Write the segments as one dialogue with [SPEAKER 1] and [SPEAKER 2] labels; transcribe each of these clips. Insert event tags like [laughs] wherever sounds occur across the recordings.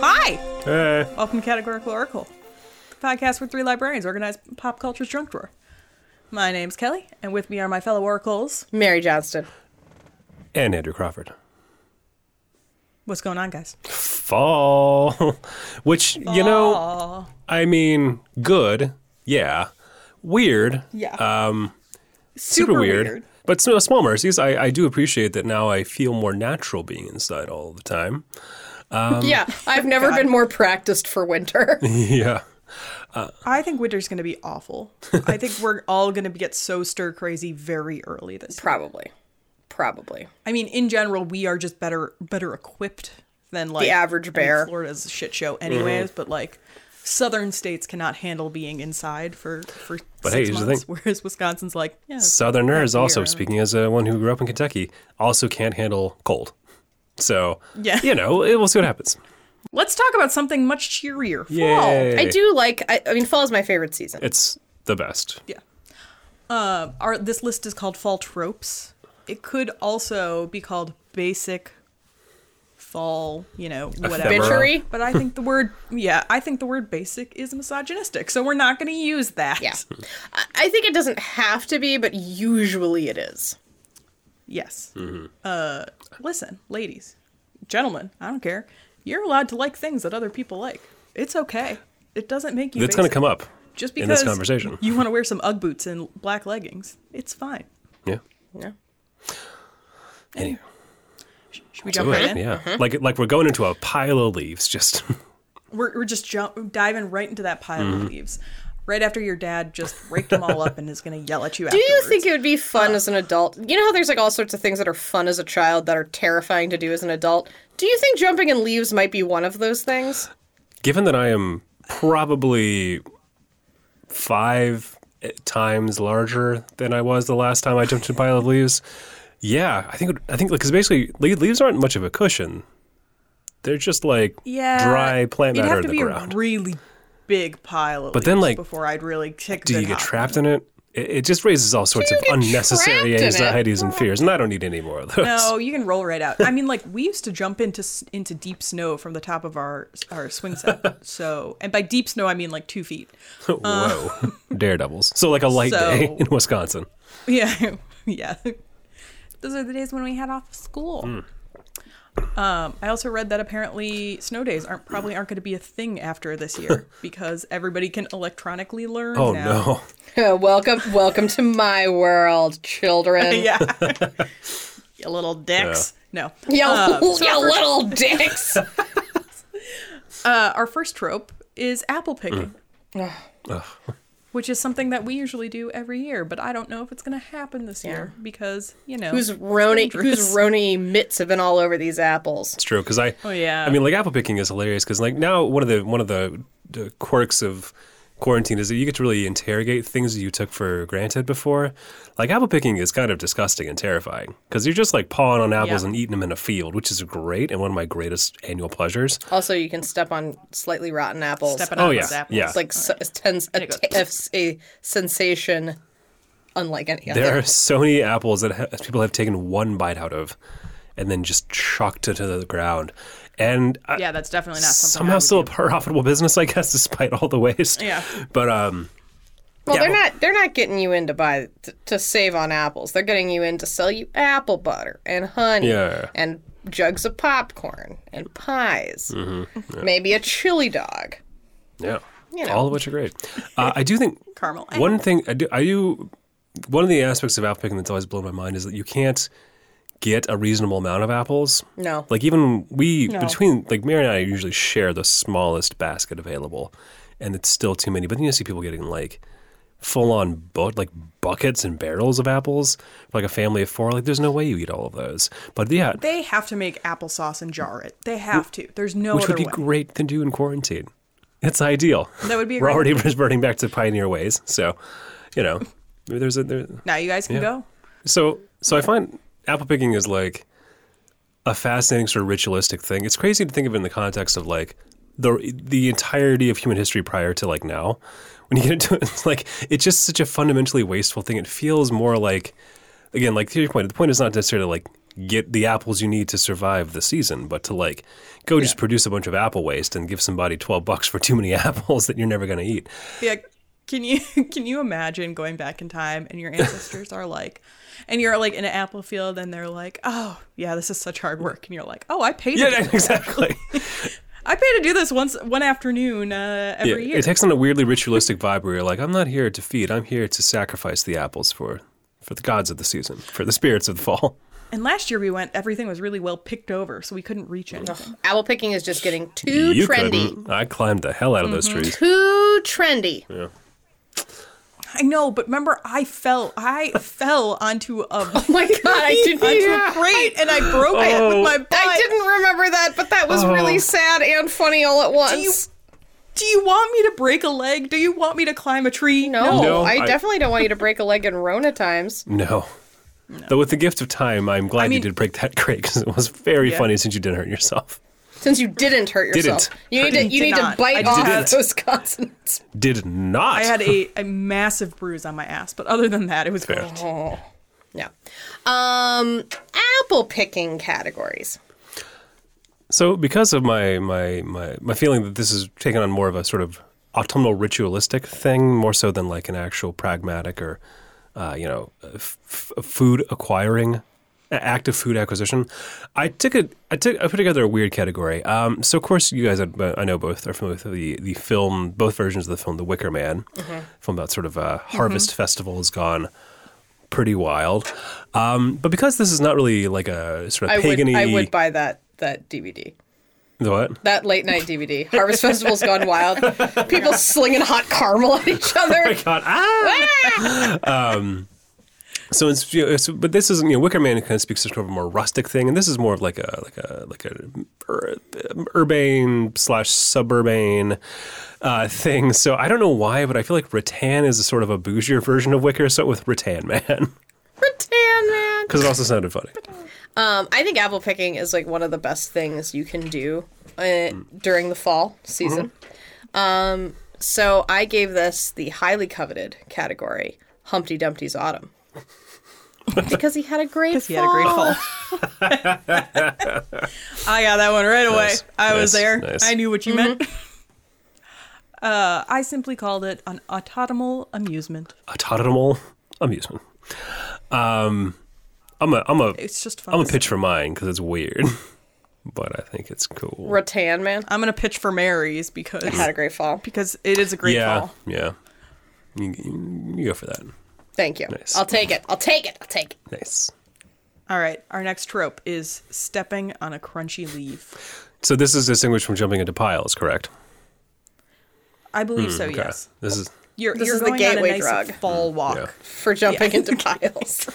[SPEAKER 1] Hi!
[SPEAKER 2] Hey.
[SPEAKER 1] Welcome to Categorical Oracle, the podcast where three librarians organize pop culture's junk drawer. My name's Kelly, and with me are my fellow oracles.
[SPEAKER 3] Mary Johnston.
[SPEAKER 2] And Andrew Crawford.
[SPEAKER 1] What's going on, guys?
[SPEAKER 2] Fall. [laughs] Which, you know,
[SPEAKER 1] Aw.
[SPEAKER 2] I mean, good. Yeah. Weird.
[SPEAKER 1] Yeah.
[SPEAKER 2] Um, super, weird. But so, small mercies. I, I do appreciate that now I feel more natural being inside all the time. [laughs]
[SPEAKER 3] yeah, I've never been more practiced for [laughs] winter.
[SPEAKER 2] yeah.
[SPEAKER 1] I think winter's going to be awful. I
[SPEAKER 2] [laughs]
[SPEAKER 1] think we're all going to get so stir crazy very early this year.
[SPEAKER 3] Probably. Probably.
[SPEAKER 1] I mean, in general, we are just better better equipped than like
[SPEAKER 3] average
[SPEAKER 1] I mean,
[SPEAKER 3] bear.
[SPEAKER 1] Florida's a shit show, anyways.
[SPEAKER 2] Mm-hmm.
[SPEAKER 1] But like, southern states cannot handle being inside for for
[SPEAKER 2] But hey,
[SPEAKER 1] six
[SPEAKER 2] here's the
[SPEAKER 1] months, [laughs]
[SPEAKER 2] thing.
[SPEAKER 1] whereas Wisconsin's like, yeah,
[SPEAKER 2] Southerners,
[SPEAKER 1] Not
[SPEAKER 2] also
[SPEAKER 1] here.
[SPEAKER 2] speaking as uh, one who grew up in Kentucky, also can't handle cold. So,
[SPEAKER 1] Yeah.
[SPEAKER 2] you know, it, we'll see what happens.
[SPEAKER 1] Let's talk about something much cheerier. Fall.
[SPEAKER 2] Yay.
[SPEAKER 3] I do like, I, I mean, fall is my favorite season.
[SPEAKER 2] It's the best.
[SPEAKER 1] Yeah. Uh, our this list is called fall tropes. It could also be called basic fall, you know, whatever.
[SPEAKER 2] Ephemeral.
[SPEAKER 3] Bitchery.
[SPEAKER 1] But I think the word, yeah, I think the word basic is misogynistic, so we're not going to use that.
[SPEAKER 3] Yeah. I, I think it doesn't have to be, but usually it is.
[SPEAKER 1] Yes.
[SPEAKER 2] Mm-hmm.
[SPEAKER 1] Uh, listen, ladies, gentlemen, I don't care. You're allowed to like things that other people like. It's okay. It doesn't make you.
[SPEAKER 2] It's going to
[SPEAKER 1] basic.
[SPEAKER 2] come up
[SPEAKER 1] just
[SPEAKER 2] in
[SPEAKER 1] because
[SPEAKER 2] this conversation.
[SPEAKER 1] You want to wear some UGG boots and black leggings. It's fine.
[SPEAKER 2] Yeah.
[SPEAKER 3] Yeah.
[SPEAKER 2] Anyway.
[SPEAKER 1] Should we
[SPEAKER 2] Do
[SPEAKER 1] jump
[SPEAKER 2] it,
[SPEAKER 1] right in?
[SPEAKER 2] Yeah. Mm-hmm. Like like we're going into a pile of leaves. Just [laughs]
[SPEAKER 1] we're, we're just jump, diving right into that pile
[SPEAKER 2] Mm-hmm.
[SPEAKER 1] of leaves right after your dad just raked them all up and is going to yell at you
[SPEAKER 3] [laughs] Do you think it would be fun as an adult? You know how there's like all sorts of things that are fun as a child that are terrifying to do as an adult? Do you think jumping in leaves might be one of those things?
[SPEAKER 2] given that I am probably five times larger than I was the last time I jumped in a pile of leaves. Yeah, I think I think because basically le- leaves aren't much of a cushion. They're just like
[SPEAKER 1] yeah
[SPEAKER 2] dry plant
[SPEAKER 1] it'd
[SPEAKER 2] matter
[SPEAKER 1] have to
[SPEAKER 2] in the
[SPEAKER 1] be
[SPEAKER 2] ground.
[SPEAKER 1] a really big pile of
[SPEAKER 2] But then,
[SPEAKER 1] leaves
[SPEAKER 2] like,
[SPEAKER 1] before i'd really kick
[SPEAKER 2] Do
[SPEAKER 1] the
[SPEAKER 2] you get
[SPEAKER 1] top.
[SPEAKER 2] trapped in it? It, it just raises all sorts of
[SPEAKER 3] you get
[SPEAKER 2] unnecessary
[SPEAKER 3] trapped in it?
[SPEAKER 2] anxieties and fears, and I don't need any more of those.
[SPEAKER 1] no Oh, you can roll right out i mean like we used to jump into s- into deep snow from the top of our our swing
[SPEAKER 2] [laughs]
[SPEAKER 1] set so and by deep snow i mean like two feet
[SPEAKER 2] [laughs] Whoa, [laughs] daredevils! So like a light
[SPEAKER 1] Uh. So-
[SPEAKER 2] day in Wisconsin.
[SPEAKER 1] Yeah, [laughs] yeah. Those are the days when we had off school.
[SPEAKER 2] Hmm.
[SPEAKER 1] Um, I also read that apparently snow days aren't probably aren't going to be a thing after this year
[SPEAKER 2] [laughs]
[SPEAKER 1] because everybody can electronically learn.
[SPEAKER 2] Oh
[SPEAKER 1] now.
[SPEAKER 2] no.
[SPEAKER 3] [laughs] welcome, welcome to my world, [laughs]
[SPEAKER 1] [laughs]
[SPEAKER 3] children.
[SPEAKER 2] [laughs]
[SPEAKER 1] Yeah. you little dicks. No.
[SPEAKER 3] You, [laughs] you little dicks.
[SPEAKER 1] Uh, our first trope is apple picking.
[SPEAKER 2] Mm. [laughs]
[SPEAKER 1] Which is something that we usually do every year, but I don't know if it's going to happen this year because you know
[SPEAKER 3] Whose Roni, whose
[SPEAKER 1] dangerous.
[SPEAKER 3] Roni mitts have been all over these apples?
[SPEAKER 2] It's true because I. Oh
[SPEAKER 1] yeah.
[SPEAKER 2] I mean, like apple picking is hilarious because like now one of the one of the, the quirks of quarantine is that you get to really interrogate things that you took for granted before. Like apple picking is kind of disgusting and terrifying because you're just like pawing on apples
[SPEAKER 1] Yeah.
[SPEAKER 2] and eating them in a field, which is great and one of my greatest annual pleasures.
[SPEAKER 3] Also, you can step on slightly rotten apples.
[SPEAKER 1] stepping
[SPEAKER 2] Oh,
[SPEAKER 1] on
[SPEAKER 2] yeah,
[SPEAKER 1] those apples.
[SPEAKER 2] yeah.
[SPEAKER 3] It's like s- it's tens- a,
[SPEAKER 1] it goes.
[SPEAKER 3] t- a s- a sensation unlike any other.
[SPEAKER 2] There are so many apples that ha- people have taken one bite out of and then just chucked it to the ground. And I,
[SPEAKER 1] yeah, that's definitely not something. I
[SPEAKER 2] somehow
[SPEAKER 1] would
[SPEAKER 2] still a
[SPEAKER 1] do.
[SPEAKER 2] profitable business, I guess, [laughs] despite all the waste.
[SPEAKER 1] Yeah.
[SPEAKER 2] But um,
[SPEAKER 3] well,
[SPEAKER 2] yeah,
[SPEAKER 3] they're
[SPEAKER 2] but-
[SPEAKER 3] not they're not getting you in to buy to, to save on apples. They're getting you in to sell you apple butter and honey
[SPEAKER 2] Yeah.
[SPEAKER 3] and jugs of popcorn and pies.
[SPEAKER 2] Mm-hmm.
[SPEAKER 3] Maybe a chili dog.
[SPEAKER 2] Yeah.
[SPEAKER 3] know.
[SPEAKER 2] All of which are great. Uh, I do think
[SPEAKER 1] Caramel.
[SPEAKER 2] One thing I do, I do, one of the aspects of apple picking that's always blown my mind is that you can't get a reasonable amount of apples.
[SPEAKER 3] No.
[SPEAKER 2] Like even we between like Mary and I usually share the smallest basket available, and it's still too many. But then you see people getting like full on bu- like buckets and barrels of apples for like a family of four. Like there's no way you eat all of those. But yeah,
[SPEAKER 1] They have to make applesauce and jar it. They have to. There's no
[SPEAKER 2] which
[SPEAKER 1] other
[SPEAKER 2] would be
[SPEAKER 1] way.
[SPEAKER 2] great to do in quarantine. It's ideal.
[SPEAKER 1] That would be a
[SPEAKER 2] We're
[SPEAKER 1] great-
[SPEAKER 2] already [laughs] reverting back to pioneer ways, so you know, maybe there's a there.
[SPEAKER 1] Now you guys can go.
[SPEAKER 2] So so I find apple picking is like a fascinating sort of ritualistic thing. It's crazy to think of it in the context of like the the entirety of human history prior to like now. When you get into it, [laughs] it's like it's just such a fundamentally wasteful thing. It feels more like again, like to your point, the point is not necessarily like get the apples you need to survive the season, but to like go just produce a bunch of apple waste and give somebody 12 bucks for too many [laughs] apples that you're never going to eat.
[SPEAKER 1] Yeah. Can you [laughs] can you imagine going back in time and your ancestors are like, and you're like in an apple field and they're like, oh yeah, this is such hard work, and you're like, oh I paid
[SPEAKER 2] Yeah, [laughs]
[SPEAKER 1] to do this.
[SPEAKER 2] exactly.
[SPEAKER 1] I pay to do this once one afternoon uh,
[SPEAKER 2] Yeah,
[SPEAKER 1] every year.
[SPEAKER 2] it takes on a weirdly ritualistic vibe where you're like, I'm not here to feed, I'm here to sacrifice the apples for for the gods of the season, for the spirits of the fall.
[SPEAKER 1] and last year we went, everything was really well picked over, so we couldn't reach anything.
[SPEAKER 3] Apple picking is just getting too
[SPEAKER 2] you
[SPEAKER 3] trendy.
[SPEAKER 2] couldn't. I climbed the hell out of
[SPEAKER 1] Mm-hmm.
[SPEAKER 2] those trees.
[SPEAKER 3] Too trendy.
[SPEAKER 1] I know, but remember, I fell.
[SPEAKER 2] [laughs]
[SPEAKER 1] I fell onto a
[SPEAKER 3] [laughs] Oh my god, I didn't.
[SPEAKER 1] onto a crate and I broke it
[SPEAKER 2] Oh.
[SPEAKER 1] with my butt.
[SPEAKER 3] I didn't remember that, but that was really sad and funny all at once.
[SPEAKER 1] you- Do you want me to break a leg? Do you want me to climb a tree?
[SPEAKER 3] no,
[SPEAKER 2] No,
[SPEAKER 3] I,
[SPEAKER 2] I-
[SPEAKER 3] definitely don't want you to break a leg in Rona times.
[SPEAKER 2] No. Though with the gift of time, I'm glad
[SPEAKER 1] mean-
[SPEAKER 2] you did break that [laughs] crate because it was very
[SPEAKER 1] Yeah.
[SPEAKER 2] funny since you didn't hurt yourself.
[SPEAKER 3] Since you didn't hurt yourself,
[SPEAKER 2] Didn't.
[SPEAKER 3] you need to you
[SPEAKER 1] Did
[SPEAKER 3] need
[SPEAKER 1] not.
[SPEAKER 3] to bite
[SPEAKER 1] I
[SPEAKER 3] off
[SPEAKER 2] didn't.
[SPEAKER 3] those [laughs] consonants.
[SPEAKER 2] Did not.
[SPEAKER 1] I had a, a massive bruise on my ass, but other than that, it was great.
[SPEAKER 3] Yeah. Um, apple picking categories.
[SPEAKER 2] So, because of my, my my my feeling that this is taken on more of a sort of autumnal ritualistic thing, more so than like an actual pragmatic or uh, you know f- f- food acquiring a- act of food acquisition, I took a I took I put together a weird category. Um, so, of course, you guys I, I know both are familiar with the the film, both versions of the film, The Wicker Man,
[SPEAKER 3] Mm-hmm.
[SPEAKER 2] film about sort of a harvest festival has gone. Pretty wild, um, but because this is not really like a sort
[SPEAKER 3] I
[SPEAKER 2] of pagan
[SPEAKER 3] would I
[SPEAKER 2] pagany.
[SPEAKER 3] would buy that that DVD.
[SPEAKER 2] the what?
[SPEAKER 3] That late night DVD. Harvest Festival's gone wild.
[SPEAKER 1] [laughs]
[SPEAKER 3] People slinging hot caramel at each other.
[SPEAKER 2] Oh God, ah! So it's, you know, it's but this isn't you know Wicker Man kind of speaks to sort of a more rustic thing, and this is more of like a like a like a ur- urbane slash suburban uh, thing. So I don't know why, but I feel like rattan is a sort of a bougier version of Wicker. So with rattan man [laughs]
[SPEAKER 3] Rattan man.
[SPEAKER 2] because it also sounded funny.
[SPEAKER 3] Um, I think apple picking is like one of the best things you can do uh, during the fall season. Um, so I gave this the highly coveted category Humpty Dumpty's Autumn. because he had a great fall.
[SPEAKER 1] He had a great fall.
[SPEAKER 2] [laughs]
[SPEAKER 1] I got that one right away.
[SPEAKER 2] Nice,
[SPEAKER 1] I was
[SPEAKER 2] nice,
[SPEAKER 1] there.
[SPEAKER 2] nice.
[SPEAKER 1] I knew what you meant. [laughs]
[SPEAKER 3] Mm-hmm.
[SPEAKER 1] Uh, I simply called it an autumnal amusement.
[SPEAKER 2] Autotomal amusement. Um, I'm a I'm a
[SPEAKER 1] It's just fun.
[SPEAKER 2] I'm a
[SPEAKER 1] to
[SPEAKER 2] pitch for mine because it's weird, [laughs] but I think it's cool.
[SPEAKER 3] Rattan man.
[SPEAKER 1] I'm gonna pitch for Mary's because
[SPEAKER 3] Had a great fall.
[SPEAKER 1] because it is a great
[SPEAKER 2] yeah,
[SPEAKER 1] fall.
[SPEAKER 2] yeah. You, you, you go for that.
[SPEAKER 3] Thank you.
[SPEAKER 2] Nice.
[SPEAKER 3] I'll take it. I'll take it. I'll take it.
[SPEAKER 2] Nice.
[SPEAKER 1] All right, our next trope is stepping on a crunchy leaf.
[SPEAKER 2] So this is distinguished from jumping into piles, correct?
[SPEAKER 1] I believe so.
[SPEAKER 2] Hmm, Okay.
[SPEAKER 1] Yes,
[SPEAKER 2] This is
[SPEAKER 1] you're,
[SPEAKER 3] This
[SPEAKER 1] you're
[SPEAKER 3] is the
[SPEAKER 1] going
[SPEAKER 3] gateway
[SPEAKER 1] on a nice
[SPEAKER 3] drug.
[SPEAKER 1] fall walk.
[SPEAKER 2] yeah.
[SPEAKER 3] For jumping
[SPEAKER 1] Yeah. [laughs]
[SPEAKER 3] into piles.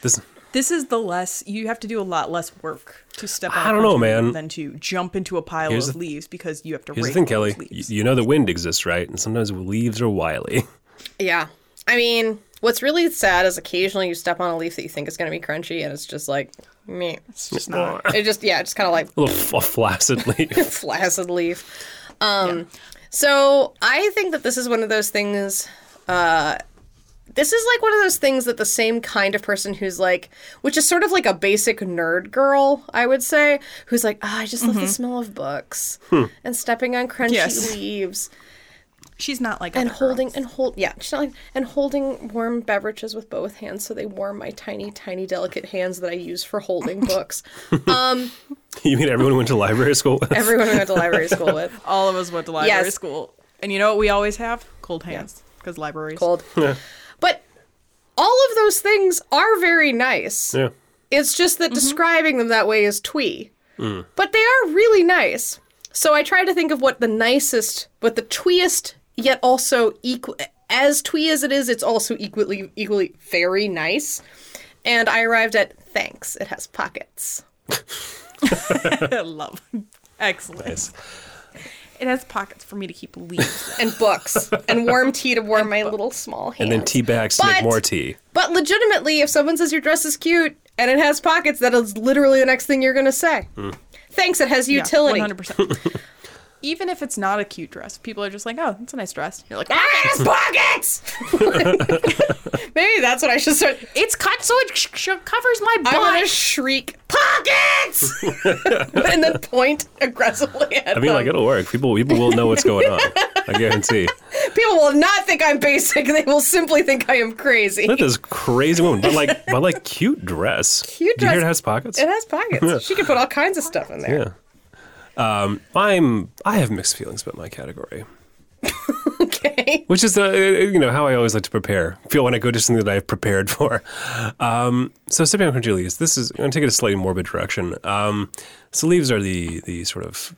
[SPEAKER 2] This
[SPEAKER 1] This is the less you have to do a lot less work to step. on
[SPEAKER 2] I
[SPEAKER 1] a
[SPEAKER 2] don't know,
[SPEAKER 1] crunchy leaf
[SPEAKER 2] man.
[SPEAKER 1] Than to jump into a pile
[SPEAKER 2] Here's
[SPEAKER 1] of
[SPEAKER 2] the-
[SPEAKER 1] leaves because you have to.
[SPEAKER 2] here's the
[SPEAKER 1] rake
[SPEAKER 2] thing,
[SPEAKER 1] all
[SPEAKER 2] Kelly.
[SPEAKER 1] those
[SPEAKER 2] Y-
[SPEAKER 1] leaves.
[SPEAKER 2] You know that wind exists, right? And sometimes leaves are wily.
[SPEAKER 3] yeah. I mean, what's really sad is occasionally you step on a leaf that you think is going to be crunchy and it's just like, me.
[SPEAKER 1] It's
[SPEAKER 2] [laughs]
[SPEAKER 1] just not.
[SPEAKER 3] It just, yeah, it's kind of like
[SPEAKER 2] A little f- a flaccid leaf.
[SPEAKER 3] flaccid leaf. Um, So I think that this is one of those things. Uh, this is like one of those things that the same kind of person who's like, which is sort of like a basic nerd girl, I would say, who's like, oh, I just love the smell of books and stepping on crunchy
[SPEAKER 1] Yes.
[SPEAKER 3] leaves
[SPEAKER 1] She's not like
[SPEAKER 3] and
[SPEAKER 1] other
[SPEAKER 3] holding
[SPEAKER 1] girls.
[SPEAKER 3] and hold yeah, she's not like and holding warm beverages with both hands so they warm my tiny, tiny, delicate hands that I use for [laughs] holding books.
[SPEAKER 2] [laughs] you mean everyone went to library school? with?
[SPEAKER 3] [laughs] Everyone I went to library school with.
[SPEAKER 1] All of us went to library
[SPEAKER 3] Yes.
[SPEAKER 1] school, and you know what we always have? Cold hands because libraries. [laughs]
[SPEAKER 2] [laughs]
[SPEAKER 3] cold. But all of those things are very nice.
[SPEAKER 2] yeah.
[SPEAKER 3] It's just that describing them that way is twee.
[SPEAKER 2] Mm.
[SPEAKER 3] But they are really nice. So I try to think of what the nicest, what the tweest, yet also equal as twee as it is, it's also equally equally very nice. And I arrived at thanks. It has pockets.
[SPEAKER 1] Love. Excellent.
[SPEAKER 2] Nice.
[SPEAKER 1] It has pockets for me to keep
[SPEAKER 3] [laughs]
[SPEAKER 1] leaves.
[SPEAKER 3] And
[SPEAKER 2] [laughs]
[SPEAKER 3] books. and warm tea to warm my little small
[SPEAKER 2] And
[SPEAKER 3] hands.
[SPEAKER 2] then tea bags to make
[SPEAKER 3] But-
[SPEAKER 2] more tea.
[SPEAKER 3] But legitimately, if someone says your dress is cute and it has [laughs] pockets, that is literally the next thing you're going to say. Thanks, it
[SPEAKER 2] [laughs]
[SPEAKER 3] has
[SPEAKER 1] Yeah,
[SPEAKER 3] utility.
[SPEAKER 1] 100%. even if it's not a cute dress, people are just like, "Oh, that's a nice dress." You're like, "Ah,
[SPEAKER 3] Pockets, pockets. Maybe that's what I should start.
[SPEAKER 1] "It's cut so it sh- sh- covers my
[SPEAKER 3] I want to
[SPEAKER 1] butt."
[SPEAKER 3] shriek pockets, and then point aggressively at
[SPEAKER 2] I mean, like
[SPEAKER 3] them.
[SPEAKER 2] it'll work. People people will know what's going on. I
[SPEAKER 3] [laughs]
[SPEAKER 2] guarantee.
[SPEAKER 3] People will not think I'm basic. They will simply think I am crazy.
[SPEAKER 2] Look at this crazy woman, but like but like cute dress.
[SPEAKER 3] Cute
[SPEAKER 2] Do you hear
[SPEAKER 3] dress.
[SPEAKER 2] it has pockets?
[SPEAKER 3] It has pockets. she could put all kinds of stuff in
[SPEAKER 2] Yeah.
[SPEAKER 3] there.
[SPEAKER 2] Um, I'm I have mixed feelings about my category,
[SPEAKER 3] [laughs] Okay.
[SPEAKER 2] which is the uh, you know how I always like to prepare. Feel when I go to something that I've prepared for. Um, so Cipriano Cornelius, this is I'm gonna take it a slightly morbid direction. Um, sleeves are the the sort of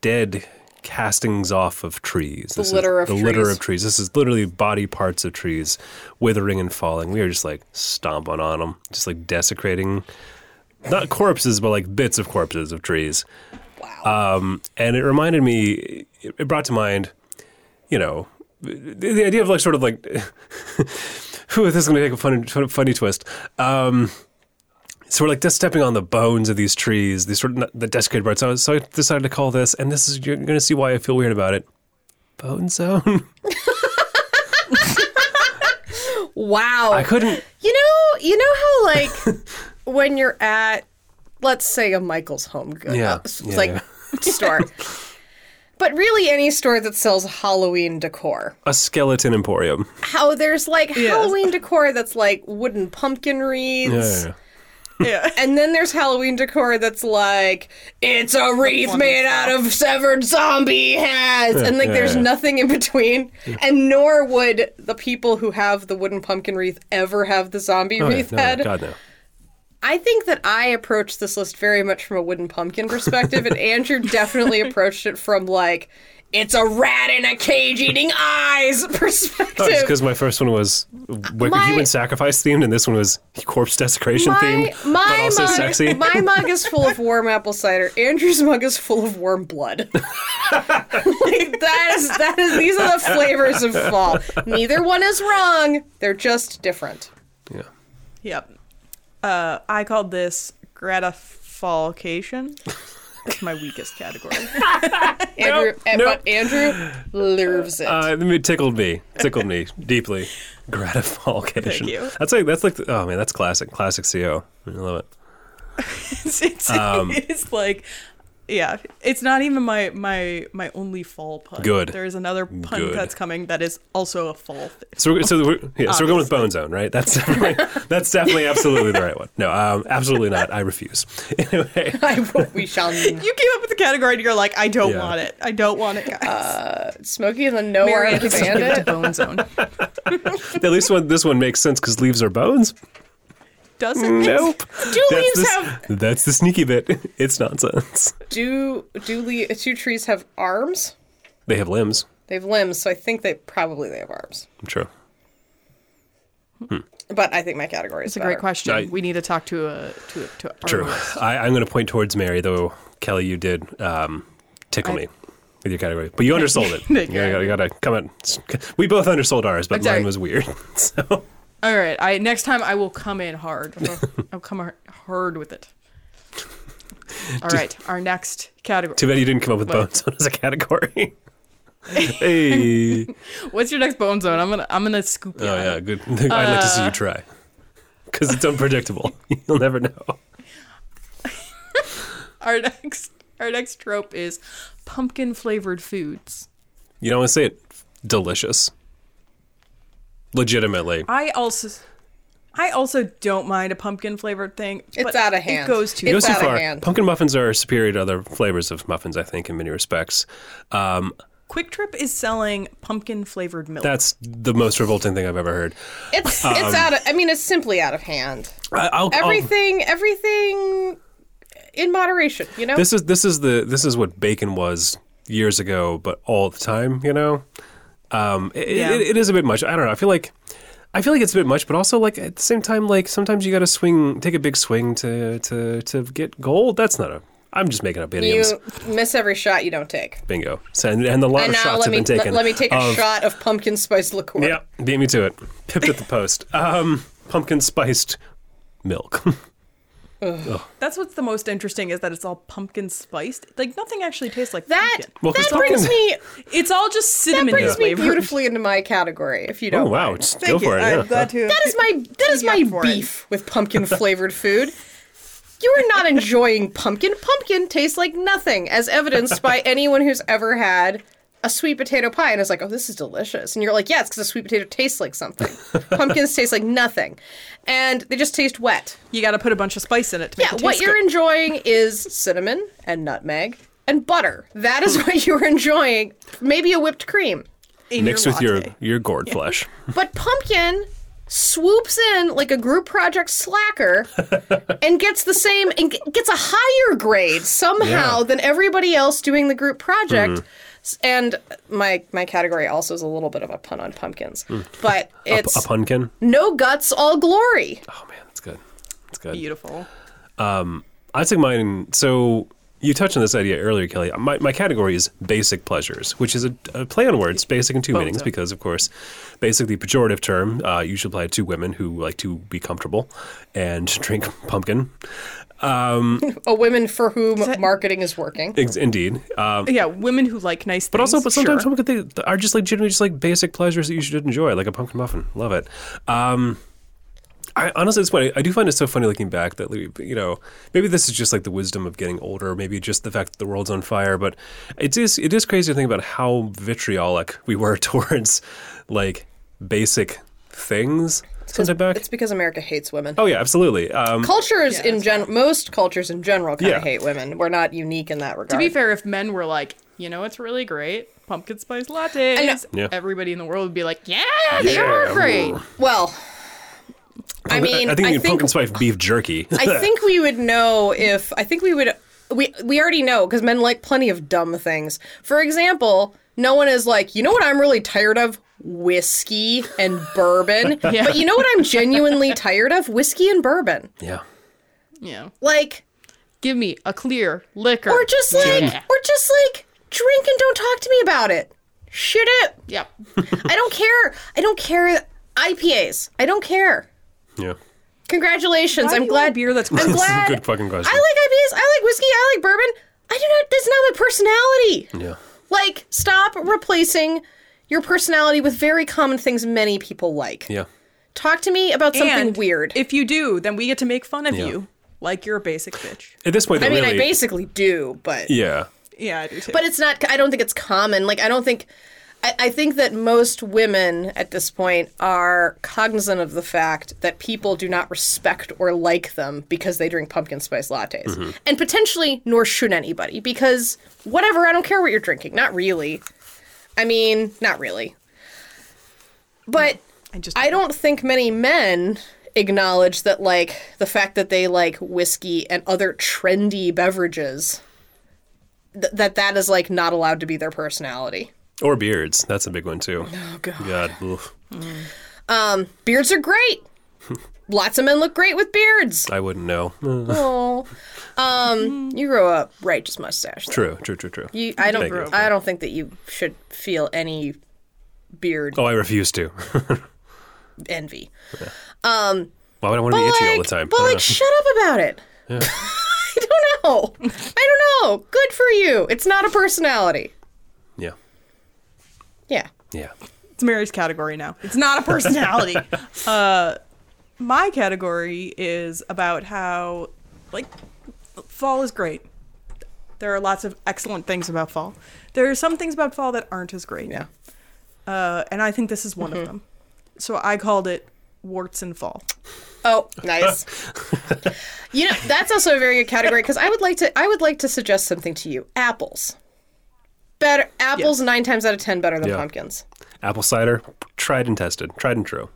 [SPEAKER 2] dead castings off of trees. This is
[SPEAKER 3] litter of
[SPEAKER 2] the litter
[SPEAKER 3] trees.
[SPEAKER 2] of trees. This is literally body parts of trees withering and falling. We are just like stomping on them, just like desecrating. Not corpses, but like bits of corpses of trees. Um, and it reminded me, it it brought to mind, you know, the, the idea of like sort of like, [laughs] whew, this is going to take a fun, fun, funny twist. Um, so we're like just stepping on the bones of these trees, these sort of not- the desiccated parts. So, so I decided to call this, and this is you're going to see why I feel weird about it. Bone zone.
[SPEAKER 3] Wow.
[SPEAKER 2] I couldn't.
[SPEAKER 3] You know, you know
[SPEAKER 2] [laughs]
[SPEAKER 3] how like when you're at, let's say a Michael's Home Goods,
[SPEAKER 2] Yeah, yeah,
[SPEAKER 3] like
[SPEAKER 2] yeah.
[SPEAKER 3] [laughs] store, but really any store that sells Halloween decor.
[SPEAKER 2] [laughs] A skeleton emporium.
[SPEAKER 3] How there's like Halloween decor that's like wooden pumpkin wreaths.
[SPEAKER 2] Yeah.
[SPEAKER 1] yeah.
[SPEAKER 3] And then there's Halloween decor that's like, it's a wreath made out of severed zombie heads. and like,
[SPEAKER 2] yeah,
[SPEAKER 3] there's
[SPEAKER 2] yeah.
[SPEAKER 3] nothing in between. And nor would the people who have the wooden pumpkin wreath ever have the zombie
[SPEAKER 2] Oh, yeah.
[SPEAKER 3] wreath
[SPEAKER 2] No,
[SPEAKER 3] head.
[SPEAKER 2] God no.
[SPEAKER 3] I think that I approached this list very much from a wooden pumpkin
[SPEAKER 2] [laughs]
[SPEAKER 3] perspective, and Andrew definitely approached it from like, it's a rat in a cage eating eyes [laughs] perspective.
[SPEAKER 2] Because Oh, my first one was w-
[SPEAKER 3] My-
[SPEAKER 2] human sacrifice themed, and this one was corpse desecration
[SPEAKER 3] my,
[SPEAKER 2] themed,
[SPEAKER 3] my,
[SPEAKER 2] but also
[SPEAKER 3] mug,
[SPEAKER 2] sexy.
[SPEAKER 3] [laughs] my mug is full of warm apple cider. Andrew's mug is full of warm blood. [laughs] like that is that is these are the flavors of fall. Neither one is wrong. They're just different.
[SPEAKER 2] yeah.
[SPEAKER 1] Yep. Uh, I called this gratification. It's my weakest category. [laughs]
[SPEAKER 3] Andrew, eh,
[SPEAKER 2] nope.
[SPEAKER 3] but Andrew loves it.
[SPEAKER 2] Uh, it tickled me, tickled
[SPEAKER 3] [laughs]
[SPEAKER 2] me deeply. Gratification.
[SPEAKER 1] Thank you.
[SPEAKER 2] That's like that's like the- oh man, that's classic, classic CO. I love it.
[SPEAKER 1] it's, it's,
[SPEAKER 2] Um,
[SPEAKER 1] it's like yeah it's not even my my my only fall pun
[SPEAKER 2] Good.
[SPEAKER 1] there's another pun
[SPEAKER 2] Good.
[SPEAKER 1] that's coming that is also a fall thing
[SPEAKER 2] So we're, so we're, yeah, so we're going with Bone Zone, right? That's definitely,
[SPEAKER 3] [laughs]
[SPEAKER 2] that's definitely absolutely the right one. No, um, absolutely not. I refuse. [laughs] Anyway,
[SPEAKER 3] I,
[SPEAKER 2] [laughs]
[SPEAKER 3] we shall
[SPEAKER 1] you came up with the category and you're like i don't
[SPEAKER 2] Yeah.
[SPEAKER 1] want it i don't want it guys
[SPEAKER 3] Smokey and the No
[SPEAKER 1] Mary
[SPEAKER 3] Orange
[SPEAKER 1] gets to pick the
[SPEAKER 3] Bandit.
[SPEAKER 1] bone zone
[SPEAKER 2] at least one, this one makes sense because leaves are bones. [laughs]
[SPEAKER 1] doesn't
[SPEAKER 2] Nope.
[SPEAKER 3] [laughs] Do leaves
[SPEAKER 2] this,
[SPEAKER 3] have
[SPEAKER 2] That's the sneaky bit. [laughs] It's nonsense.
[SPEAKER 3] do do le- do trees have arms?
[SPEAKER 2] They have limbs.
[SPEAKER 3] They have limbs, so I think they probably they have arms.
[SPEAKER 2] I'm sure.
[SPEAKER 3] But I think my category is
[SPEAKER 1] it's a great
[SPEAKER 3] better.
[SPEAKER 1] question
[SPEAKER 2] I-
[SPEAKER 1] we need to talk to a to a, to a
[SPEAKER 2] True.
[SPEAKER 1] arborist.
[SPEAKER 2] I, I'm going to point towards Mary, though. Kelly, you did um, tickle
[SPEAKER 1] I-
[SPEAKER 2] me with your category, but you undersold
[SPEAKER 1] [laughs]
[SPEAKER 2] it.
[SPEAKER 1] Thank
[SPEAKER 2] you
[SPEAKER 1] you.
[SPEAKER 2] gotta, gotta come on. We both undersold ours, but
[SPEAKER 1] I'm sorry.
[SPEAKER 2] mine was weird. [laughs] So
[SPEAKER 1] all right i next time i will come in
[SPEAKER 2] [laughs]
[SPEAKER 1] hard I'll- i'll come har- hard with it all right our next category
[SPEAKER 2] too bad you didn't come up with
[SPEAKER 1] What?
[SPEAKER 2] [laughs] bones as
[SPEAKER 1] [laughs]
[SPEAKER 2] a category. hey.
[SPEAKER 1] what's your next bone zone i'm gonna i'm gonna scoop you
[SPEAKER 2] Oh
[SPEAKER 1] on it.
[SPEAKER 2] yeah, good. [laughs] I'd like to see you
[SPEAKER 1] Uh.
[SPEAKER 2] try because it's
[SPEAKER 1] [laughs]
[SPEAKER 2] unpredictable. You'll never know.
[SPEAKER 1] our [laughs] next our next trope is pumpkin flavored foods.
[SPEAKER 2] You don't want to say it. Delicious. Legitimately.
[SPEAKER 1] I also I also don't mind a pumpkin flavored thing.
[SPEAKER 3] It's
[SPEAKER 1] but
[SPEAKER 3] out of hand.
[SPEAKER 1] It goes too
[SPEAKER 2] It goes too
[SPEAKER 3] It's out of
[SPEAKER 2] far.
[SPEAKER 3] hand.
[SPEAKER 2] Pumpkin muffins are superior to other flavors of muffins, I think, in many respects. Um,
[SPEAKER 1] Quick Trip is selling pumpkin flavored milk.
[SPEAKER 2] that's the most revolting thing I've ever heard.
[SPEAKER 3] It's
[SPEAKER 2] Um,
[SPEAKER 3] it's out of I mean it's simply out of hand.
[SPEAKER 2] I, I'll, I'll-
[SPEAKER 3] Everything everything in moderation, you know?
[SPEAKER 2] this is this is the this is what bacon was years ago, but all the time. You know, um, it,
[SPEAKER 1] Yeah.
[SPEAKER 2] it, it is a bit much. I don't know. I feel like I feel like it's a bit much, but also like at the same time, like sometimes you got to swing, take a big swing to to to get gold. That's not a. I'm just making up idioms.
[SPEAKER 3] you miss every shot you don't take.
[SPEAKER 2] Bingo. So, and, and a lot
[SPEAKER 3] And
[SPEAKER 2] of
[SPEAKER 3] now
[SPEAKER 2] shots
[SPEAKER 3] let
[SPEAKER 2] have
[SPEAKER 3] me
[SPEAKER 2] been taken.
[SPEAKER 3] let, let me take a
[SPEAKER 2] of-
[SPEAKER 3] shot of pumpkin spice liqueur.
[SPEAKER 2] Yeah, beat me to it. Pipped at the post. Um, pumpkin spiced milk. [laughs]
[SPEAKER 1] That's what's the most interesting is that it's all pumpkin spiced. Like nothing actually tastes like
[SPEAKER 3] That
[SPEAKER 1] pumpkin.
[SPEAKER 2] Well, 'cause
[SPEAKER 3] that brings
[SPEAKER 2] pumpkin-
[SPEAKER 3] me
[SPEAKER 1] It's all just
[SPEAKER 3] that
[SPEAKER 1] cinnamon
[SPEAKER 3] brings me
[SPEAKER 1] flavor.
[SPEAKER 3] beautifully into my category. If you
[SPEAKER 2] Oh
[SPEAKER 3] don't,
[SPEAKER 2] wow,
[SPEAKER 3] mind.
[SPEAKER 2] just
[SPEAKER 4] Thank
[SPEAKER 2] go
[SPEAKER 4] you.
[SPEAKER 2] for it.
[SPEAKER 4] I'm
[SPEAKER 2] yeah.
[SPEAKER 4] glad to.
[SPEAKER 3] that is my that is my
[SPEAKER 4] up for it.
[SPEAKER 3] beef with pumpkin flavored food. You are not enjoying pumpkin. Pumpkin tastes like nothing, as evidenced by anyone who's ever had a sweet potato pie and is like, "Oh, this is delicious," and you're like, "Yeah, it's because a sweet potato tastes like something. Pumpkins taste like nothing, and they just taste wet."
[SPEAKER 1] You got to put a bunch of spice in it to make
[SPEAKER 3] Yeah,
[SPEAKER 1] it
[SPEAKER 3] what
[SPEAKER 1] taste
[SPEAKER 3] you're
[SPEAKER 1] good.
[SPEAKER 3] enjoying is cinnamon and nutmeg and butter.
[SPEAKER 1] [laughs]
[SPEAKER 3] That is what you're enjoying. Maybe a whipped cream.
[SPEAKER 1] in
[SPEAKER 2] Mixed with your
[SPEAKER 1] latte.
[SPEAKER 2] your gourd
[SPEAKER 1] [laughs]
[SPEAKER 2] flesh.
[SPEAKER 3] But pumpkin swoops in like a group
[SPEAKER 2] [laughs]
[SPEAKER 3] project slacker and gets the same and g- gets a higher grade somehow
[SPEAKER 2] Yeah. Hmm.
[SPEAKER 3] than everybody else doing the group project. S- And my my category also is a little bit of a pun on pumpkins, but
[SPEAKER 2] Hmm. A,
[SPEAKER 3] it's
[SPEAKER 2] a pumpkin.
[SPEAKER 3] no guts, all glory.
[SPEAKER 2] Oh man, that's good. That's good.
[SPEAKER 1] beautiful.
[SPEAKER 2] I took mine. So you touched on this idea earlier, Kelly. My, my category is basic pleasures, which is a, a play on words, basic in two meanings,
[SPEAKER 1] yeah.
[SPEAKER 2] because of course, basically pejorative term uh, usually applied to women who like to be comfortable and [laughs] drink pumpkin.
[SPEAKER 3] A women for whom
[SPEAKER 1] that-
[SPEAKER 3] marketing is working.
[SPEAKER 2] Ex- Indeed, um,
[SPEAKER 1] Yeah, women who like nice things.
[SPEAKER 2] but also, but sometimes
[SPEAKER 1] sure.
[SPEAKER 2] pumpkin things are just legitimately just like basic pleasures that you should enjoy, like a pumpkin muffin. Love it. Um, I honestly, it's funny. I do find it so funny looking back that like, you know maybe this is just like the wisdom of getting older, maybe just the fact that the world's on fire. But it is it is crazy to think about how vitriolic we were [laughs] towards like basic things. Something back.
[SPEAKER 3] It's because America hates women.
[SPEAKER 2] Oh yeah, absolutely. Um,
[SPEAKER 3] Cultures in gen, most cultures in general kind
[SPEAKER 2] Yeah.
[SPEAKER 3] of hate women. We're not unique in that regard.
[SPEAKER 1] to be fair, if men were like, you know, it's really great pumpkin spice lattes,
[SPEAKER 2] Yeah.
[SPEAKER 1] everybody in the world would be like, yeah, they are great.
[SPEAKER 3] well, I mean,
[SPEAKER 2] I think you
[SPEAKER 3] I
[SPEAKER 2] mean
[SPEAKER 3] think
[SPEAKER 2] pumpkin spice beef jerky.
[SPEAKER 3] [laughs] I think we would know if I think we would we we already know because men like plenty of dumb things. For example, no one is like, you know what I'm really tired of? Whiskey and bourbon.
[SPEAKER 1] [laughs] Yeah.
[SPEAKER 3] But you know what I'm genuinely tired of? Whiskey and bourbon.
[SPEAKER 2] [laughs] yeah.
[SPEAKER 1] Yeah,
[SPEAKER 3] Like
[SPEAKER 1] give me a clear liquor.
[SPEAKER 3] or just like
[SPEAKER 1] Yeah.
[SPEAKER 3] or just like drink and don't talk to me about it. Shit it.
[SPEAKER 1] [laughs] yep.
[SPEAKER 3] I don't care. I don't care IPAs. I don't care.
[SPEAKER 2] Yeah.
[SPEAKER 3] Congratulations.
[SPEAKER 1] Why do
[SPEAKER 3] I'm
[SPEAKER 1] you want
[SPEAKER 3] glad
[SPEAKER 1] beer
[SPEAKER 2] [laughs]
[SPEAKER 1] that's
[SPEAKER 3] I'm
[SPEAKER 2] This is a
[SPEAKER 3] glad
[SPEAKER 2] good fucking question.
[SPEAKER 3] I like IPAs. I like whiskey. I like bourbon. I do not. That's not my personality.
[SPEAKER 2] yeah.
[SPEAKER 3] Like, stop replacing your personality with very common things many people like.
[SPEAKER 2] Yeah.
[SPEAKER 3] Talk to me about something
[SPEAKER 1] And
[SPEAKER 3] weird.
[SPEAKER 1] If you do, then we get to make fun of
[SPEAKER 2] Yeah.
[SPEAKER 1] you, like you're a basic bitch.
[SPEAKER 2] At this point,
[SPEAKER 3] I
[SPEAKER 2] they
[SPEAKER 3] mean, I
[SPEAKER 2] really-
[SPEAKER 3] basically do, but
[SPEAKER 2] yeah.
[SPEAKER 1] Yeah, I do too.
[SPEAKER 3] but it's not. I don't think it's common. Like, I don't think. I, I think that most women at this point are cognizant of the fact that people do not respect or like them because they drink pumpkin spice lattes.
[SPEAKER 2] Mm-hmm.
[SPEAKER 3] And potentially, nor should anybody, because whatever, I don't care what you're drinking. Not really. I mean, not really. But
[SPEAKER 1] I just
[SPEAKER 3] I don't think many men acknowledge that, like, the fact that they like whiskey and other trendy beverages, th- that that is, like, not allowed to be their personality.
[SPEAKER 2] Or beards. That's a big one too. Oh
[SPEAKER 3] God.
[SPEAKER 2] God. oof.
[SPEAKER 3] Beards
[SPEAKER 2] [laughs]
[SPEAKER 3] are great. Lots of men look great with beards.
[SPEAKER 2] I wouldn't know. Uh,
[SPEAKER 3] Oh, um, you grow a righteous mustache. though.
[SPEAKER 2] True. True. True. True.
[SPEAKER 3] You, I
[SPEAKER 2] Thank you.
[SPEAKER 3] don't. I don't think that you should feel any beard
[SPEAKER 2] Oh, I refuse to. [laughs]
[SPEAKER 3] envy.
[SPEAKER 2] Why would I want to be itchy all the
[SPEAKER 3] like-
[SPEAKER 2] time?
[SPEAKER 3] But
[SPEAKER 2] I don't
[SPEAKER 3] like, shut up about it. [laughs] I don't know. I don't know. Good for you. It's not a personality.
[SPEAKER 2] know.
[SPEAKER 3] Yeah.
[SPEAKER 2] yeah. Yeah.
[SPEAKER 1] It's Mary's category now. It's not a personality. [laughs] uh, my category is about how, like, fall is great. There are lots of excellent things about fall. There are some things about fall that aren't as great.
[SPEAKER 3] Yeah.
[SPEAKER 1] Uh, and I think this is one of them. So I called it warts and fall.
[SPEAKER 3] Oh,
[SPEAKER 2] [laughs]
[SPEAKER 3] nice. you know, that's also a very good category because I would like to. I would like to suggest something to you. Apples. Better apples
[SPEAKER 1] Yes.
[SPEAKER 3] nine times out of ten better than
[SPEAKER 2] Yeah.
[SPEAKER 3] pumpkins.
[SPEAKER 2] Apple cider, tried and tested, tried and true.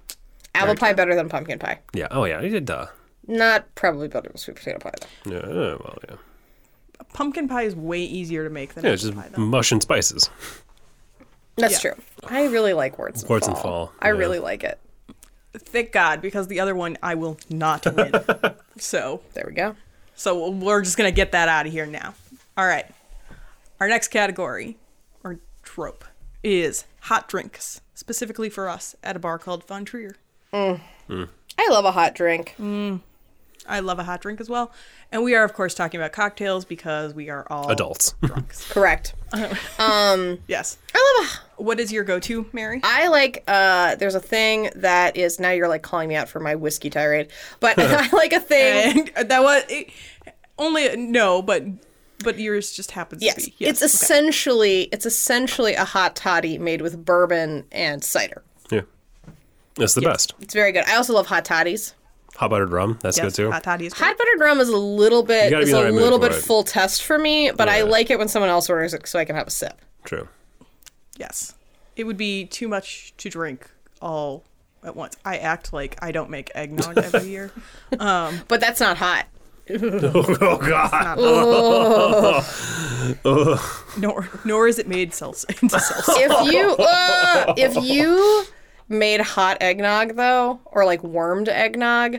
[SPEAKER 3] Apple pie better than pumpkin pie.
[SPEAKER 2] Yeah. Oh yeah. I did. Duh.
[SPEAKER 3] Not probably better than sweet potato pie though.
[SPEAKER 2] Yeah. uh, Well. Yeah.
[SPEAKER 1] Pumpkin pie is way easier to make than
[SPEAKER 2] Yeah.
[SPEAKER 1] apple
[SPEAKER 2] It's just
[SPEAKER 1] pie, though.
[SPEAKER 2] mush and spices.
[SPEAKER 3] That's
[SPEAKER 1] Yeah.
[SPEAKER 3] true. I really like words. And
[SPEAKER 2] Warts
[SPEAKER 3] fall.
[SPEAKER 2] and Fall,
[SPEAKER 3] I
[SPEAKER 2] yeah.
[SPEAKER 3] really like it.
[SPEAKER 1] Thank God, because the other one I will not win.
[SPEAKER 2] [laughs]
[SPEAKER 1] so
[SPEAKER 3] There we go.
[SPEAKER 1] So we're just going to get that out of here now. All right. Our next category or trope is hot drinks, specifically for us at a bar called Von Trier.
[SPEAKER 3] I love a hot drink.
[SPEAKER 1] I love a hot drink as well. And we are, of course, talking about cocktails because we are all
[SPEAKER 2] Adults. [laughs]
[SPEAKER 1] drunks.
[SPEAKER 3] Correct.
[SPEAKER 1] yes.
[SPEAKER 3] I love. A,
[SPEAKER 1] What is your go-to, Mary?
[SPEAKER 3] I like. Uh, there's a thing that is now you're like calling me out for my whiskey tirade,
[SPEAKER 2] [laughs]
[SPEAKER 3] but [laughs] I like a thing.
[SPEAKER 1] [laughs] And that was it, only no, but but yours just happens to
[SPEAKER 3] Yes,
[SPEAKER 1] be.
[SPEAKER 3] it's essentially it's essentially a hot toddy made with bourbon and cider.
[SPEAKER 2] Yeah. That's the best.
[SPEAKER 3] It's very good. I also love hot toddies.
[SPEAKER 2] Hot buttered rum. That's
[SPEAKER 1] yes,
[SPEAKER 2] good too.
[SPEAKER 1] Hot toddy is great.
[SPEAKER 3] Hot buttered rum is a little bit
[SPEAKER 2] gotta be in
[SPEAKER 3] is
[SPEAKER 2] the
[SPEAKER 3] a
[SPEAKER 2] right mood
[SPEAKER 3] little
[SPEAKER 2] for
[SPEAKER 3] bit
[SPEAKER 2] it.
[SPEAKER 3] full test for me, but I like it when someone else orders it so I can have a sip.
[SPEAKER 2] True. [laughs]
[SPEAKER 1] Yes. It would be too much to drink all at once. I act like I don't make eggnog every year.
[SPEAKER 3] But that's not hot.
[SPEAKER 2] Oh God.
[SPEAKER 1] Nor nor is it made seltz [laughs] into seltzer.
[SPEAKER 2] [laughs]
[SPEAKER 3] If you uh, if you made hot eggnog though, or like warmed eggnog,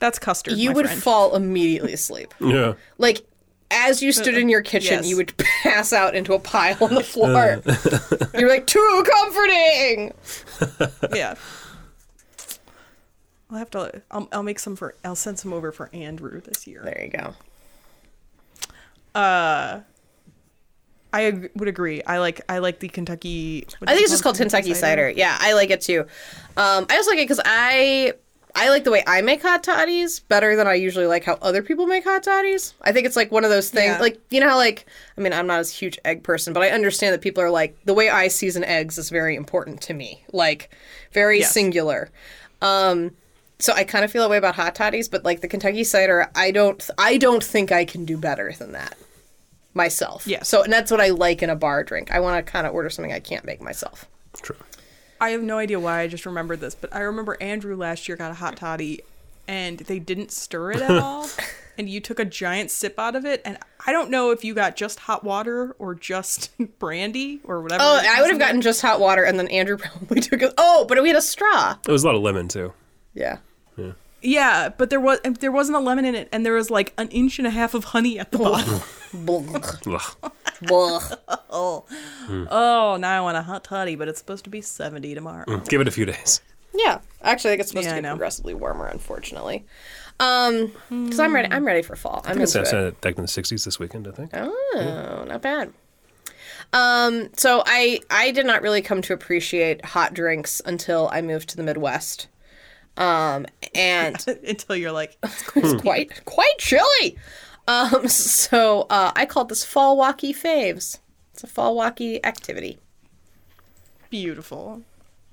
[SPEAKER 1] That's custard.
[SPEAKER 3] you
[SPEAKER 1] my
[SPEAKER 3] would
[SPEAKER 1] friend.
[SPEAKER 3] fall immediately asleep.
[SPEAKER 2] Yeah.
[SPEAKER 3] Like as you stood in your
[SPEAKER 1] Uh,
[SPEAKER 3] kitchen,
[SPEAKER 1] Yes.
[SPEAKER 3] you would [laughs] pass out into a pile on the floor. You're like too comforting.
[SPEAKER 1] yeah. I'll have to. I'll, I'll make some for. I'll send some over for Andrew this year.
[SPEAKER 3] There you go.
[SPEAKER 1] I ag- would agree. I like. I like the Kentucky. what
[SPEAKER 3] I
[SPEAKER 1] is
[SPEAKER 3] think
[SPEAKER 1] it
[SPEAKER 3] it's just called Kentucky cider.
[SPEAKER 1] cider.
[SPEAKER 3] Yeah, I like it too. Um, I also like it because I I like the way I make hot toddies better than I usually like how other people make hot toddies. I think it's like one of those things,
[SPEAKER 1] Yeah.
[SPEAKER 3] like you know how like I mean I'm not as huge egg person, but I understand that people are like the way I season eggs is very important to me, like very
[SPEAKER 1] Yes.
[SPEAKER 3] singular. Um, so I kind of feel that way about hot toddies, but like the Kentucky cider, I don't I don't think I can do better than that myself.
[SPEAKER 1] Yes.
[SPEAKER 3] So and that's what I like in a bar drink. I want to kind of order something I can't make myself.
[SPEAKER 2] True.
[SPEAKER 1] I have no idea why I just remembered this, but I remember Andrew last year got a hot toddy, and they didn't stir it at
[SPEAKER 3] [laughs]
[SPEAKER 1] all, and you took a giant sip out of it, and I don't know if you got just hot water or just [laughs] brandy or whatever.
[SPEAKER 3] Oh,
[SPEAKER 1] it was
[SPEAKER 3] I would have
[SPEAKER 1] in there.
[SPEAKER 3] gotten just hot water, and then Andrew [laughs] probably took it. Oh, but we had a straw.
[SPEAKER 2] It was a lot of lemon too.
[SPEAKER 3] Yeah.
[SPEAKER 1] Yeah, but there was there wasn't a lemon in it, and there was like an inch and a half of honey at the
[SPEAKER 3] Oh. [laughs]
[SPEAKER 1] bottom. [laughs]
[SPEAKER 3] Blech.
[SPEAKER 2] Ugh.
[SPEAKER 3] Blech.
[SPEAKER 1] oh, now I want a hot toddy, but it's supposed to be seventy tomorrow.
[SPEAKER 3] Mm.
[SPEAKER 2] Give it a few days.
[SPEAKER 3] Yeah. Actually, I think it's supposed
[SPEAKER 1] Yeah, I
[SPEAKER 3] to get
[SPEAKER 1] know.
[SPEAKER 3] progressively warmer, unfortunately. Um, because I'm ready. I'm ready for fall. I'm
[SPEAKER 2] It's
[SPEAKER 3] into it.
[SPEAKER 2] back in the '60s this weekend, I think.
[SPEAKER 3] Oh, not bad. Um, so I I did not really come to appreciate hot drinks until I moved to the Midwest. Um, and
[SPEAKER 1] [laughs] Until you're like,
[SPEAKER 2] Hmm.
[SPEAKER 3] It's quite quite chilly. Um, [laughs] so uh, I called this fall walkie faves. It's a fall walkie activity.
[SPEAKER 1] beautiful.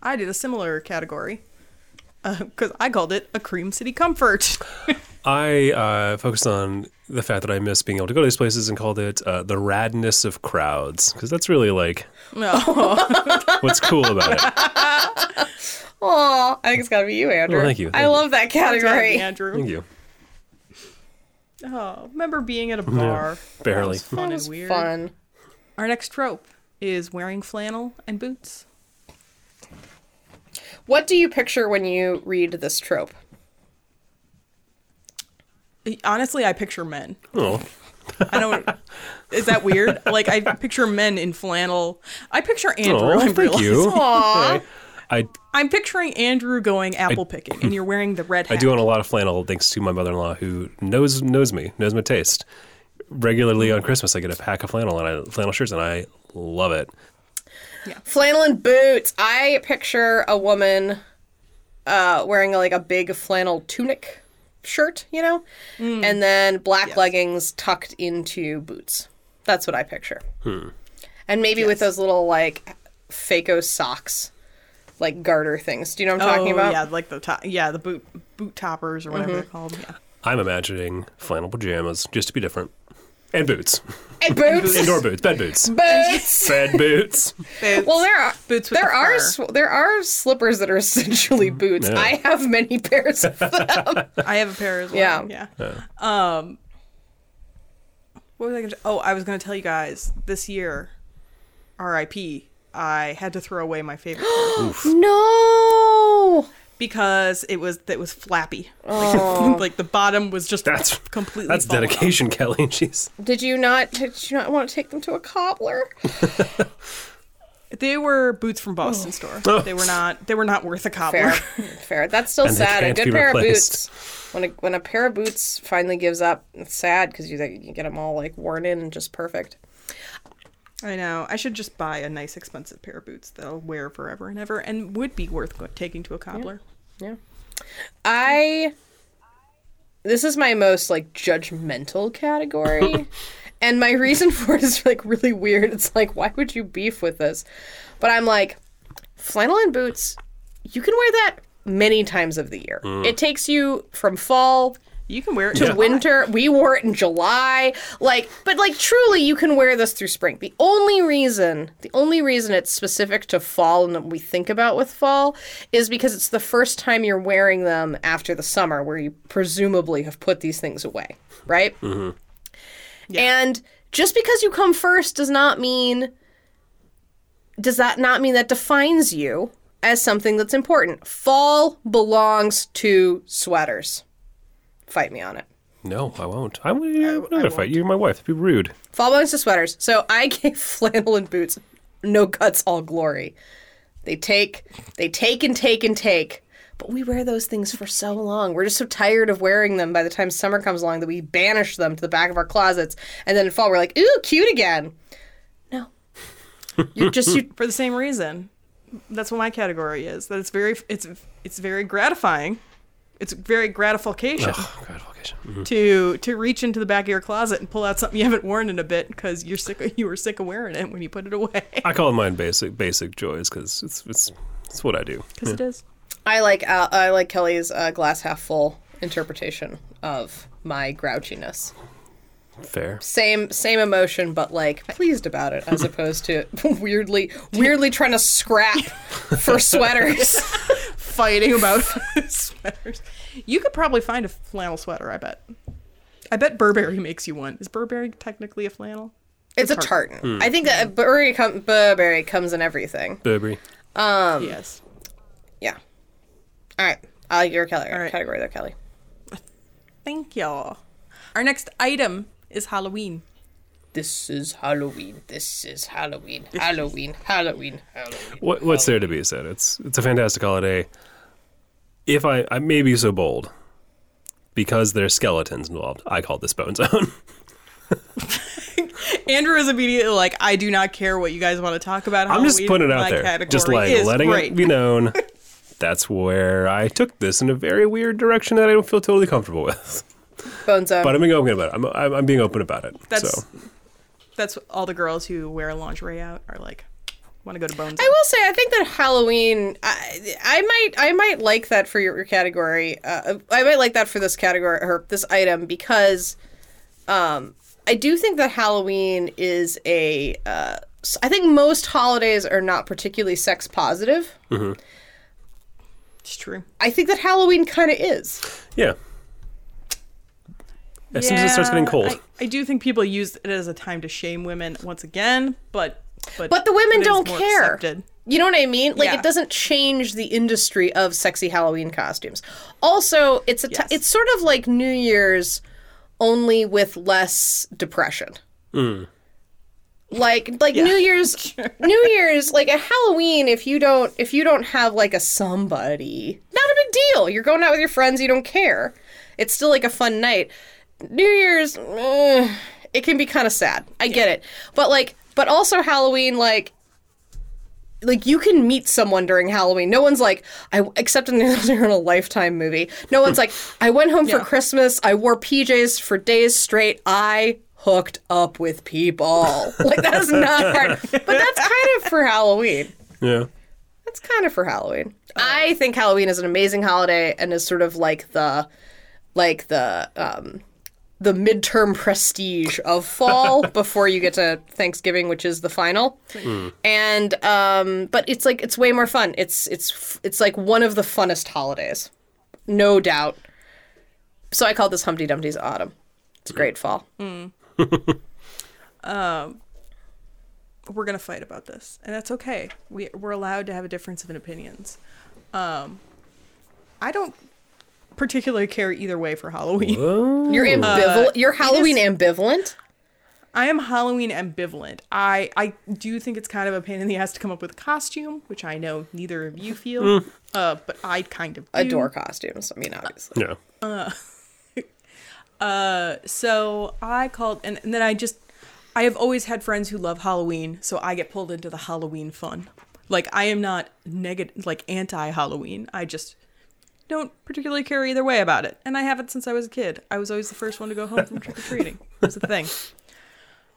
[SPEAKER 1] I did a similar category because I called it a Cream City Comfort. [laughs]
[SPEAKER 2] I uh, focused on the fact that I miss being able to go to these places and called it uh, the radness of crowds because that's really like
[SPEAKER 3] [laughs] Oh,
[SPEAKER 1] No,
[SPEAKER 2] what's cool about it.
[SPEAKER 3] Aw, I think it's got to be you, Andrew.
[SPEAKER 2] Well, thank you,
[SPEAKER 3] I
[SPEAKER 2] thank
[SPEAKER 3] love that category. That
[SPEAKER 1] Andrew.
[SPEAKER 2] [laughs] Thank you.
[SPEAKER 1] Oh, remember being at a bar?
[SPEAKER 2] barely.
[SPEAKER 1] That was fun
[SPEAKER 3] was
[SPEAKER 1] and weird.
[SPEAKER 3] fun.
[SPEAKER 1] Our next trope is wearing flannel and boots.
[SPEAKER 3] What do you picture when you read this trope?
[SPEAKER 1] Honestly, I picture men.
[SPEAKER 2] Oh,
[SPEAKER 1] I
[SPEAKER 2] [laughs]
[SPEAKER 1] don't. is that weird? Like I picture men in flannel. I picture Andrew.
[SPEAKER 2] oh
[SPEAKER 1] I'm
[SPEAKER 2] thank you. [laughs]
[SPEAKER 3] Aw.
[SPEAKER 2] I
[SPEAKER 1] I'm picturing Andrew going apple picking, and you're wearing the red
[SPEAKER 2] I
[SPEAKER 1] hat.
[SPEAKER 2] do own a lot of flannel thanks to my mother-in-law who knows knows me knows my taste. Regularly on Christmas, I get a pack of flannel and I flannel shirts and I love it.
[SPEAKER 3] Flannel and boots. I picture a woman uh, wearing like a big flannel tunic shirt, you know,
[SPEAKER 1] Hmm.
[SPEAKER 3] and then black leggings tucked into boots. That's what I picture.
[SPEAKER 2] Hmm.
[SPEAKER 3] And maybe with those little like Faco socks, like garter things. Do you know what I'm talking
[SPEAKER 1] oh,
[SPEAKER 3] about? Mm-hmm.
[SPEAKER 1] yeah, like the top. Yeah, the boot boot toppers or whatever they're called. Yeah.
[SPEAKER 2] I'm imagining flannel pajamas just to be different, and boots,
[SPEAKER 3] And boots.
[SPEAKER 2] indoor boots, bed boots,
[SPEAKER 3] boots.
[SPEAKER 2] bed boots.
[SPEAKER 1] Boots.
[SPEAKER 3] Well, there are
[SPEAKER 1] Boots with
[SPEAKER 3] there
[SPEAKER 1] the
[SPEAKER 3] are
[SPEAKER 1] fur.
[SPEAKER 3] sw- there are slippers that are [laughs] essentially boots.
[SPEAKER 2] Hmm. Yeah.
[SPEAKER 3] I have many pairs
[SPEAKER 2] [laughs]
[SPEAKER 3] of
[SPEAKER 1] I have a pair as well.
[SPEAKER 3] Yeah.
[SPEAKER 1] Yeah. Um, what was I going to? Oh, I was going to tell you guys this year, R.I.P. I had to throw away my
[SPEAKER 3] [gasps]
[SPEAKER 1] favorite pair
[SPEAKER 3] No.
[SPEAKER 1] because it was that was flappy. [laughs]
[SPEAKER 3] Oh.
[SPEAKER 1] like, the bottom was just
[SPEAKER 2] That's
[SPEAKER 1] completely.
[SPEAKER 2] That's
[SPEAKER 1] falling off.
[SPEAKER 2] dedication, [laughs] Kelly. Jeez.
[SPEAKER 3] Did you not did you not want to take them to a cobbler?
[SPEAKER 1] They were boots from Boston store.
[SPEAKER 2] Oh.
[SPEAKER 1] They were not. They were not worth a cobbler.
[SPEAKER 3] Oh. Fair, fair.
[SPEAKER 2] [laughs]
[SPEAKER 3] That's still
[SPEAKER 2] they
[SPEAKER 3] sad. A
[SPEAKER 2] can't
[SPEAKER 3] good
[SPEAKER 2] be
[SPEAKER 3] pair
[SPEAKER 2] replaced.
[SPEAKER 3] of boots. When a, when a pair of boots finally gives up, it's sad because you you get them all like worn in and just perfect.
[SPEAKER 1] I know. I should just buy a nice, expensive pair of boots that I'll wear forever and ever, and would be worth go- taking to a cobbler.
[SPEAKER 3] Yeah. I this is my most like judgmental
[SPEAKER 2] [laughs]
[SPEAKER 3] category. and my reason for it is like really weird. It's like why would you beef with this? But I'm like flannel and boots, you can wear that many times of the year.
[SPEAKER 2] Mm.
[SPEAKER 3] It takes you from fall
[SPEAKER 1] You can wear it
[SPEAKER 3] to
[SPEAKER 1] in July.
[SPEAKER 3] winter. We wore it in July. Like, but like truly, you can wear this through spring. The only reason, the only reason it's specific to fall and that we think about with fall is because it's the first time you're wearing them after the summer, where you presumably have put these things away, right? And just because you come first does not mean does that not mean that defines you as something that's important? Fall belongs to sweaters. Fight me on it.
[SPEAKER 2] No, I won't. I would I, would not fight you. You're my wife. It'd be rude.
[SPEAKER 3] Fall belongs to sweaters. So I [laughs] gave flannel and boots no guts, all glory. They take, they take and take and take. But we wear those things for so long. We're just so tired of wearing them by the time summer comes along that we banish them to the back of our closets. And then in fall, we're like, ooh, cute again. No. You're just, you,
[SPEAKER 1] for the same reason. That's what my category is. That it's very it's it's very gratifying. It's very gratification
[SPEAKER 2] Oh, gratification. Mhm.
[SPEAKER 1] to to reach into the back of your closet and pull out something you haven't worn in a bit because you're sick [laughs] of, you were sick of wearing it when you put it [laughs] away
[SPEAKER 2] I call mine basic basic joys because it's it's it's what I do.
[SPEAKER 1] because it is.
[SPEAKER 3] I like, uh, I like Kelly's uh, glass half full interpretation of my grouchiness.
[SPEAKER 2] Fair.
[SPEAKER 3] same same emotion but like pleased about it as opposed to [laughs] weirdly weirdly trying to scrap for [laughs] sweaters
[SPEAKER 1] fighting about [laughs] sweaters. You could probably find a flannel sweater, I bet. I bet Burberry makes you one. Is Burberry technically a flannel?
[SPEAKER 3] it's a tartan i think that burberry, com- burberry comes in everything
[SPEAKER 2] Burberry.
[SPEAKER 1] yes.
[SPEAKER 3] yeah all right i like your kelly
[SPEAKER 1] right.
[SPEAKER 3] category there kelly
[SPEAKER 1] Thank y'all. Our next item is Halloween.
[SPEAKER 3] this is halloween this is halloween halloween halloween halloween
[SPEAKER 2] What, what's there to be said? It's it's a fantastic holiday. If I, I may be so bold, because there's skeletons involved, I call this Bone Zone. [laughs]
[SPEAKER 1] Andrew is immediately like, I do not care what you guys want to talk about.
[SPEAKER 2] I'm just
[SPEAKER 1] Halloween.
[SPEAKER 2] putting it out
[SPEAKER 1] Oh, My
[SPEAKER 2] there,
[SPEAKER 1] category
[SPEAKER 2] just like
[SPEAKER 1] is
[SPEAKER 2] letting
[SPEAKER 1] great.
[SPEAKER 2] it
[SPEAKER 1] [laughs]
[SPEAKER 2] be known. That's where I took this in a very weird direction that I don't feel totally comfortable with. [laughs]
[SPEAKER 3] bone zone
[SPEAKER 2] But I'm being open about it. I'm, I'm, I'm being open about it.
[SPEAKER 1] That's
[SPEAKER 2] so
[SPEAKER 1] that's what all the girls who wear lingerie out are like. Want to go to Bones?
[SPEAKER 3] I will say, I think that Halloween, I, I might, I might like that for your, your category. Uh, I might like that for this category or this item because, um, I do think that Halloween is a. Uh, s- I think most holidays are not particularly sex positive.
[SPEAKER 1] It's true.
[SPEAKER 3] I think that Halloween kind of is.
[SPEAKER 2] yeah. As soon as it starts getting
[SPEAKER 1] Yeah,
[SPEAKER 2] cold,
[SPEAKER 1] I, I do think people use it as a time to shame women once again, but but
[SPEAKER 3] But the women
[SPEAKER 1] it is
[SPEAKER 3] don't
[SPEAKER 1] more
[SPEAKER 3] care.
[SPEAKER 1] accepted.
[SPEAKER 3] You know what I mean? Like
[SPEAKER 1] Yeah.
[SPEAKER 3] it doesn't change the industry of sexy Halloween costumes. Also, it's a t-
[SPEAKER 1] Yes.
[SPEAKER 3] it's sort of like New Year's only with less depression. Like
[SPEAKER 1] [laughs]
[SPEAKER 3] like New Year's New Year's like at Halloween if you don't if you don't have like a somebody, not a big deal. You're going out with your friends, you don't care. It's still like a fun night. New Year's eh, it can be kind of sad. I get it. But like but also Halloween like like you can meet someone during Halloween. No one's like, I except in [laughs] they're in a lifetime movie. No one's like, I went home for
[SPEAKER 1] Yeah.
[SPEAKER 3] Christmas. I wore PJs for days straight. I hooked up with people. like that is not hard, but that's kind of for Halloween.
[SPEAKER 2] yeah.
[SPEAKER 3] That's kind of for Halloween. I think Halloween is an amazing holiday and is sort of like the like the um the midterm prestige of [laughs] fall before you get to Thanksgiving, which is the final. And um but it's like it's way more fun. It's it's f- it's like one of the funnest holidays. No doubt. So I call this Humpty Dumpty's autumn. It's a great fall.
[SPEAKER 1] We're gonna fight about this, and that's okay. We we're allowed to have a difference of opinions. Um, I don't particularly care either way for Halloween.
[SPEAKER 3] Uh, You're ambivalent. you're Halloween ambivalent.
[SPEAKER 1] I am Halloween ambivalent. I I do think it's kind of a pain in the ass to come up with a costume, which I know neither of you feel. Uh, but I kind of do.
[SPEAKER 3] Adore costumes. I mean, obviously.
[SPEAKER 2] Yeah.
[SPEAKER 1] So I called, and, and then I just, I have always had friends who love Halloween, so I get pulled into the Halloween fun. Like I am not negative, like anti-Halloween. I just don't particularly care either way about it, and I haven't since I was a kid. I was always the first one to go home from trick or treating. It was a thing.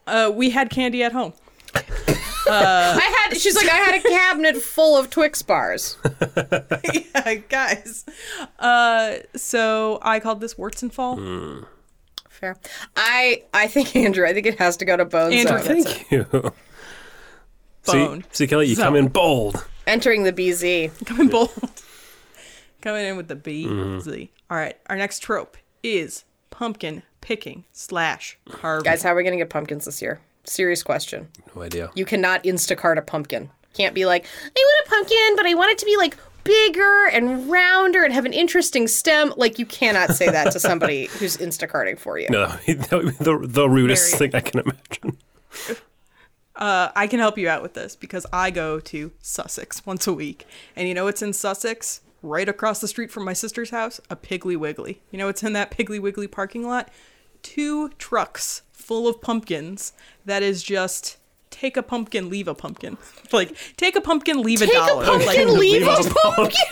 [SPEAKER 1] Uh, we had candy at home.
[SPEAKER 3] I had. She's like, I had a cabinet full of Twix bars.
[SPEAKER 1] [laughs] yeah, guys. Uh, so I called this warts and fall.
[SPEAKER 3] Fair. I I think Andrew. I think it has to go to Bones.
[SPEAKER 1] Andrew,
[SPEAKER 3] Zone.
[SPEAKER 1] thank
[SPEAKER 2] Thank you. [laughs] See,
[SPEAKER 1] Bone.
[SPEAKER 2] see, Kelly, you come in bold.
[SPEAKER 3] Entering the
[SPEAKER 1] [laughs]
[SPEAKER 3] BZ.
[SPEAKER 1] Coming bold. Coming in with the B Z. All right. Our next trope is pumpkin picking slash carving.
[SPEAKER 3] Guys, how are we gonna get pumpkins this year? Serious question.
[SPEAKER 2] No idea.
[SPEAKER 3] You cannot Instacart a pumpkin. Can't be like, I want a pumpkin, but I want it to be like bigger and rounder and have an interesting stem. Like you cannot say that to
[SPEAKER 1] [laughs]
[SPEAKER 3] somebody who's Instacarting for you.
[SPEAKER 2] no, [laughs] that would be- that would be the, the rudest
[SPEAKER 1] Very.
[SPEAKER 2] thing I can imagine.
[SPEAKER 1] Uh, I can help you out with this because I go to Sussex once a week. And you know what's in Sussex? Right across the street from my sister's house, a Piggly Wiggly. You know what's in that Piggly Wiggly parking lot? Two trucks full of pumpkins that is just take a pumpkin, leave a pumpkin. [laughs] Like, take a pumpkin, leave a
[SPEAKER 3] Take a
[SPEAKER 1] dollar. like,
[SPEAKER 3] pumpkin, leave a pumpkin.
[SPEAKER 2] [laughs]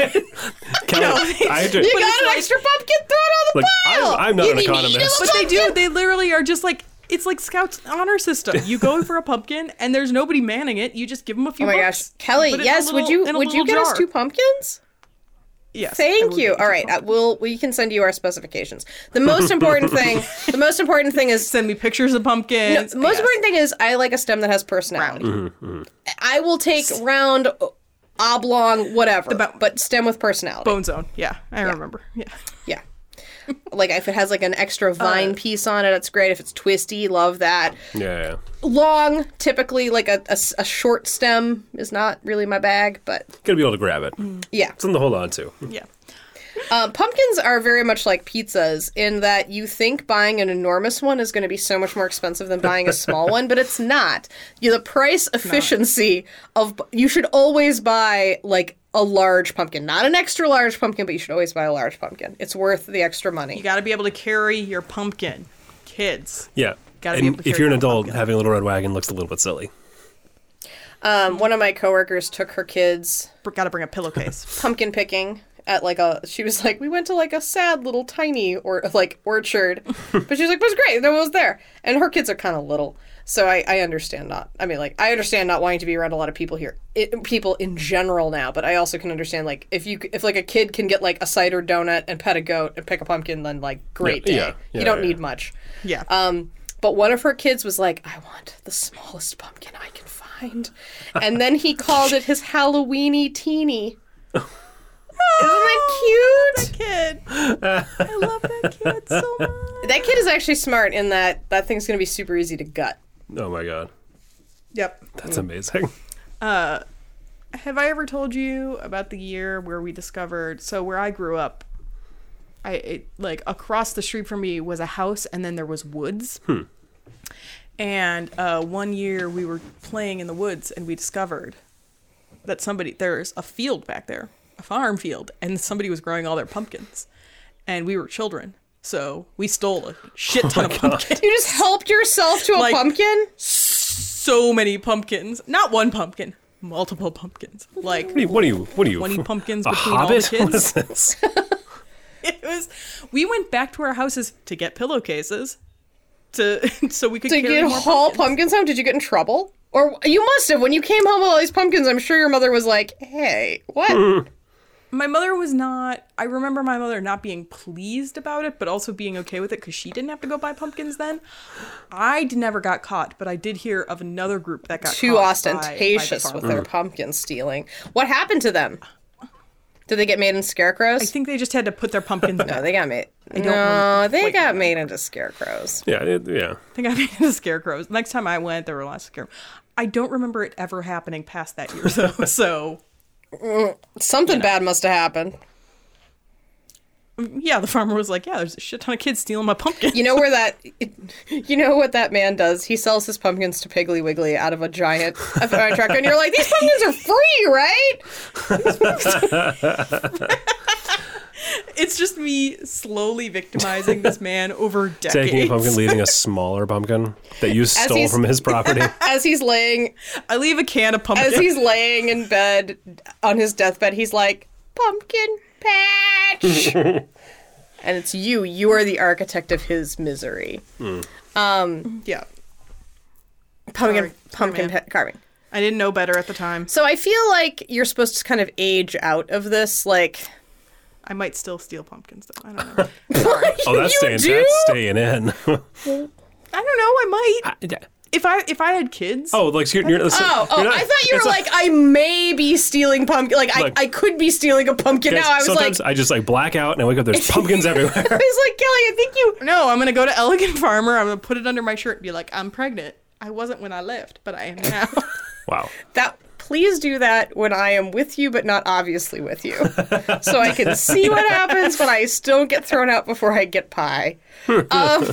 [SPEAKER 2] Kelly, I have to-
[SPEAKER 3] You
[SPEAKER 1] But
[SPEAKER 3] got
[SPEAKER 1] it's
[SPEAKER 3] an
[SPEAKER 1] like-
[SPEAKER 3] extra pumpkin? Throw it on the
[SPEAKER 2] Look,
[SPEAKER 3] pile.
[SPEAKER 2] I'm- I'm not
[SPEAKER 3] You
[SPEAKER 2] an
[SPEAKER 3] need to eat a
[SPEAKER 2] economist.
[SPEAKER 1] But they do. They literally are just like it's like Scouts honor system. You go for a pumpkin, and there's nobody manning it. You just give them a few.
[SPEAKER 3] Oh my gosh,
[SPEAKER 1] bucks.
[SPEAKER 3] Kelly!
[SPEAKER 1] Put it in a
[SPEAKER 3] Yes, would
[SPEAKER 1] little-
[SPEAKER 3] you
[SPEAKER 1] in a
[SPEAKER 3] would
[SPEAKER 1] little
[SPEAKER 3] you get us
[SPEAKER 1] jar.
[SPEAKER 3] two pumpkins?
[SPEAKER 1] Yes, I will
[SPEAKER 3] Thank
[SPEAKER 1] get
[SPEAKER 3] you.
[SPEAKER 1] two
[SPEAKER 3] All right, uh,
[SPEAKER 1] pumpkins.
[SPEAKER 3] we'll we can send you our specifications. The
[SPEAKER 1] [laughs]
[SPEAKER 3] most important thing, the most important thing is
[SPEAKER 1] Send me pictures of
[SPEAKER 3] No,
[SPEAKER 1] pumpkins.
[SPEAKER 3] the most
[SPEAKER 1] Yes.
[SPEAKER 3] important thing is I like a stem that has personality. I will take round, o- oblong, whatever,
[SPEAKER 1] bo-
[SPEAKER 3] but stem with personality.
[SPEAKER 1] Bone zone. Yeah, I remember. Yeah.
[SPEAKER 3] Yeah. like if it has like an
[SPEAKER 1] Uh,
[SPEAKER 3] extra vine piece on it, it's great. If it's twisty, love that.
[SPEAKER 2] yeah, yeah.
[SPEAKER 3] Long, typically like a, a s- a short stem is not really my bag, but
[SPEAKER 2] Gotta be able to grab it.
[SPEAKER 1] Mm.
[SPEAKER 3] yeah.
[SPEAKER 2] Something to hold on to.
[SPEAKER 1] Yeah.
[SPEAKER 3] Um, pumpkins are very much like pizzas in that you think buying an enormous one is going to be so much more expensive than buying a small one, but it's not. You, the price efficiency of you should always buy like a large pumpkin, not an extra large pumpkin, but you should always buy a large pumpkin. It's worth the extra money.
[SPEAKER 1] You got to be able to carry your pumpkin, kids.
[SPEAKER 2] Yeah.
[SPEAKER 1] Gotta be
[SPEAKER 2] and
[SPEAKER 1] able to
[SPEAKER 2] if
[SPEAKER 1] carry
[SPEAKER 2] you're an
[SPEAKER 1] that
[SPEAKER 2] adult,
[SPEAKER 1] pumpkin.
[SPEAKER 2] having a little red wagon looks a little bit silly.
[SPEAKER 3] Um, one of my coworkers took her kids
[SPEAKER 1] Got to bring a pillowcase. [laughs]
[SPEAKER 3] pumpkin picking at like a she was like we went to like a sad little tiny or like
[SPEAKER 2] [laughs]
[SPEAKER 3] orchard but she was like it was great no one was there and her kids are kind of little so I, I understand not i mean like i understand not wanting to be around a lot of people here it, people in general now but i also can understand like if you if like a kid can get like a cider donut and pet a goat and pick a pumpkin then like great
[SPEAKER 2] Yeah,
[SPEAKER 3] day
[SPEAKER 2] yeah, yeah,
[SPEAKER 3] you don't
[SPEAKER 2] yeah.
[SPEAKER 3] need much
[SPEAKER 1] Yeah.
[SPEAKER 3] um, but one of her kids was like, I want the smallest pumpkin I can find. And then he called it his Halloweeny teeny. Isn't
[SPEAKER 1] [laughs]
[SPEAKER 3] that cute?
[SPEAKER 1] kid. [gasps] I love that kid so much.
[SPEAKER 3] That kid is actually smart in that that thing's going to be super easy to gut.
[SPEAKER 2] Oh my god.
[SPEAKER 1] Yep.
[SPEAKER 2] That's amazing.
[SPEAKER 1] Have I ever told you about the year where we discovered? So where I grew up, I it, like across the street from me was a house, and then there was woods.
[SPEAKER 2] Hmm.
[SPEAKER 1] And uh, one year we were playing in the woods, and we discovered that somebody there's a field back there, a farm field, and somebody was growing all their pumpkins, and we were children, so we stole a
[SPEAKER 2] [laughs] Oh
[SPEAKER 1] shit ton of pumpkins.
[SPEAKER 3] You just helped yourself to a
[SPEAKER 1] Like-
[SPEAKER 3] pumpkin?
[SPEAKER 1] [laughs] So many pumpkins, not one pumpkin, multiple pumpkins.
[SPEAKER 2] [laughs]
[SPEAKER 1] Like
[SPEAKER 2] What are you? What are you? What are
[SPEAKER 1] 20
[SPEAKER 2] you
[SPEAKER 1] pumpkins
[SPEAKER 2] a
[SPEAKER 1] between all the
[SPEAKER 2] hobbit? [laughs]
[SPEAKER 1] kids?
[SPEAKER 2] What is this?
[SPEAKER 1] [laughs] it was we went back to our houses to get pillowcases to [laughs] so we could
[SPEAKER 3] Did
[SPEAKER 1] carry
[SPEAKER 3] you
[SPEAKER 1] more
[SPEAKER 3] haul
[SPEAKER 1] pumpkins.
[SPEAKER 3] pumpkins home? Did you get in trouble? Or you must have. When you came home with all these pumpkins, I'm sure your mother was like, hey,
[SPEAKER 1] [laughs]
[SPEAKER 3] what?
[SPEAKER 1] my mother was not i remember my mother not being pleased about it but also being okay with it because she didn't have to go buy pumpkins then i d- never got caught but i did hear of another group that got
[SPEAKER 3] Too
[SPEAKER 1] caught
[SPEAKER 3] ostentatious
[SPEAKER 1] by, by the
[SPEAKER 3] with
[SPEAKER 1] farm.
[SPEAKER 3] their pumpkin stealing. What happened to them? Did they get made into scarecrows?
[SPEAKER 1] i think they just had to put their pumpkins
[SPEAKER 3] [laughs]
[SPEAKER 1] back.
[SPEAKER 3] No, they got made.
[SPEAKER 1] don't
[SPEAKER 3] no,
[SPEAKER 1] remember
[SPEAKER 3] they
[SPEAKER 1] quite
[SPEAKER 3] got made into scarecrows.
[SPEAKER 2] yeah, it, yeah.
[SPEAKER 1] They got me into scarecrows. Next time I went, there were lots of scarecrows. I don't remember it ever happening past that year, [laughs] though. So
[SPEAKER 3] Something bad must have happened.
[SPEAKER 1] yeah, the farmer was like, yeah, there's a shit ton of kids stealing my pumpkin.
[SPEAKER 3] You know where that, [laughs] you know what that man does? He sells his pumpkins to Piggly Wiggly out of a giant FMI truck, and you're like, these pumpkins are free, right?
[SPEAKER 1] It's just me slowly victimizing this man over decades.
[SPEAKER 2] Taking a pumpkin,
[SPEAKER 3] [laughs]
[SPEAKER 2] leaving a smaller pumpkin that you stole
[SPEAKER 3] he's-
[SPEAKER 2] from his
[SPEAKER 3] [laughs]
[SPEAKER 2] property.
[SPEAKER 3] As he's laying,
[SPEAKER 1] I leave a can of pumpkin.
[SPEAKER 3] as he's laying in bed on his deathbed, he's like, pumpkin patch. [laughs] and it's you. You are the architect of his misery.
[SPEAKER 1] yeah,
[SPEAKER 3] Pumpkin,
[SPEAKER 1] Sorry,
[SPEAKER 3] pumpkin
[SPEAKER 1] man.
[SPEAKER 3] pa- carving.
[SPEAKER 1] I didn't know better at the time.
[SPEAKER 3] So I feel like you're supposed to kind of age out of this, like.
[SPEAKER 1] I might still steal pumpkins though. I don't know.
[SPEAKER 2] Oh, that's
[SPEAKER 3] [laughs] You
[SPEAKER 2] staying.
[SPEAKER 3] do?
[SPEAKER 2] That's staying in.
[SPEAKER 1] I don't know. I might if I if I had kids.
[SPEAKER 2] oh, like so you're, you're, listen,
[SPEAKER 3] Oh, oh!
[SPEAKER 2] you're not-
[SPEAKER 3] I thought you were
[SPEAKER 2] it's
[SPEAKER 3] like, I may be stealing pumpkin. Like,
[SPEAKER 2] Look.
[SPEAKER 3] I, I could be stealing a pumpkin
[SPEAKER 2] guys,
[SPEAKER 3] now. I was like,
[SPEAKER 2] sometimes I just like black out and I wake up. There's pumpkins
[SPEAKER 3] [laughs] I
[SPEAKER 2] everywhere.
[SPEAKER 3] was like, Kelly, I think you.
[SPEAKER 1] No, I'm gonna go to Elegant Farmer. I'm gonna put it under my shirt and be like, I'm pregnant. I wasn't when I left, but I am now.
[SPEAKER 2] Wow.
[SPEAKER 3] That please do that when I am with you, but not obviously with you, so I can see what happens. But I still don't get thrown out before I get pie. Um,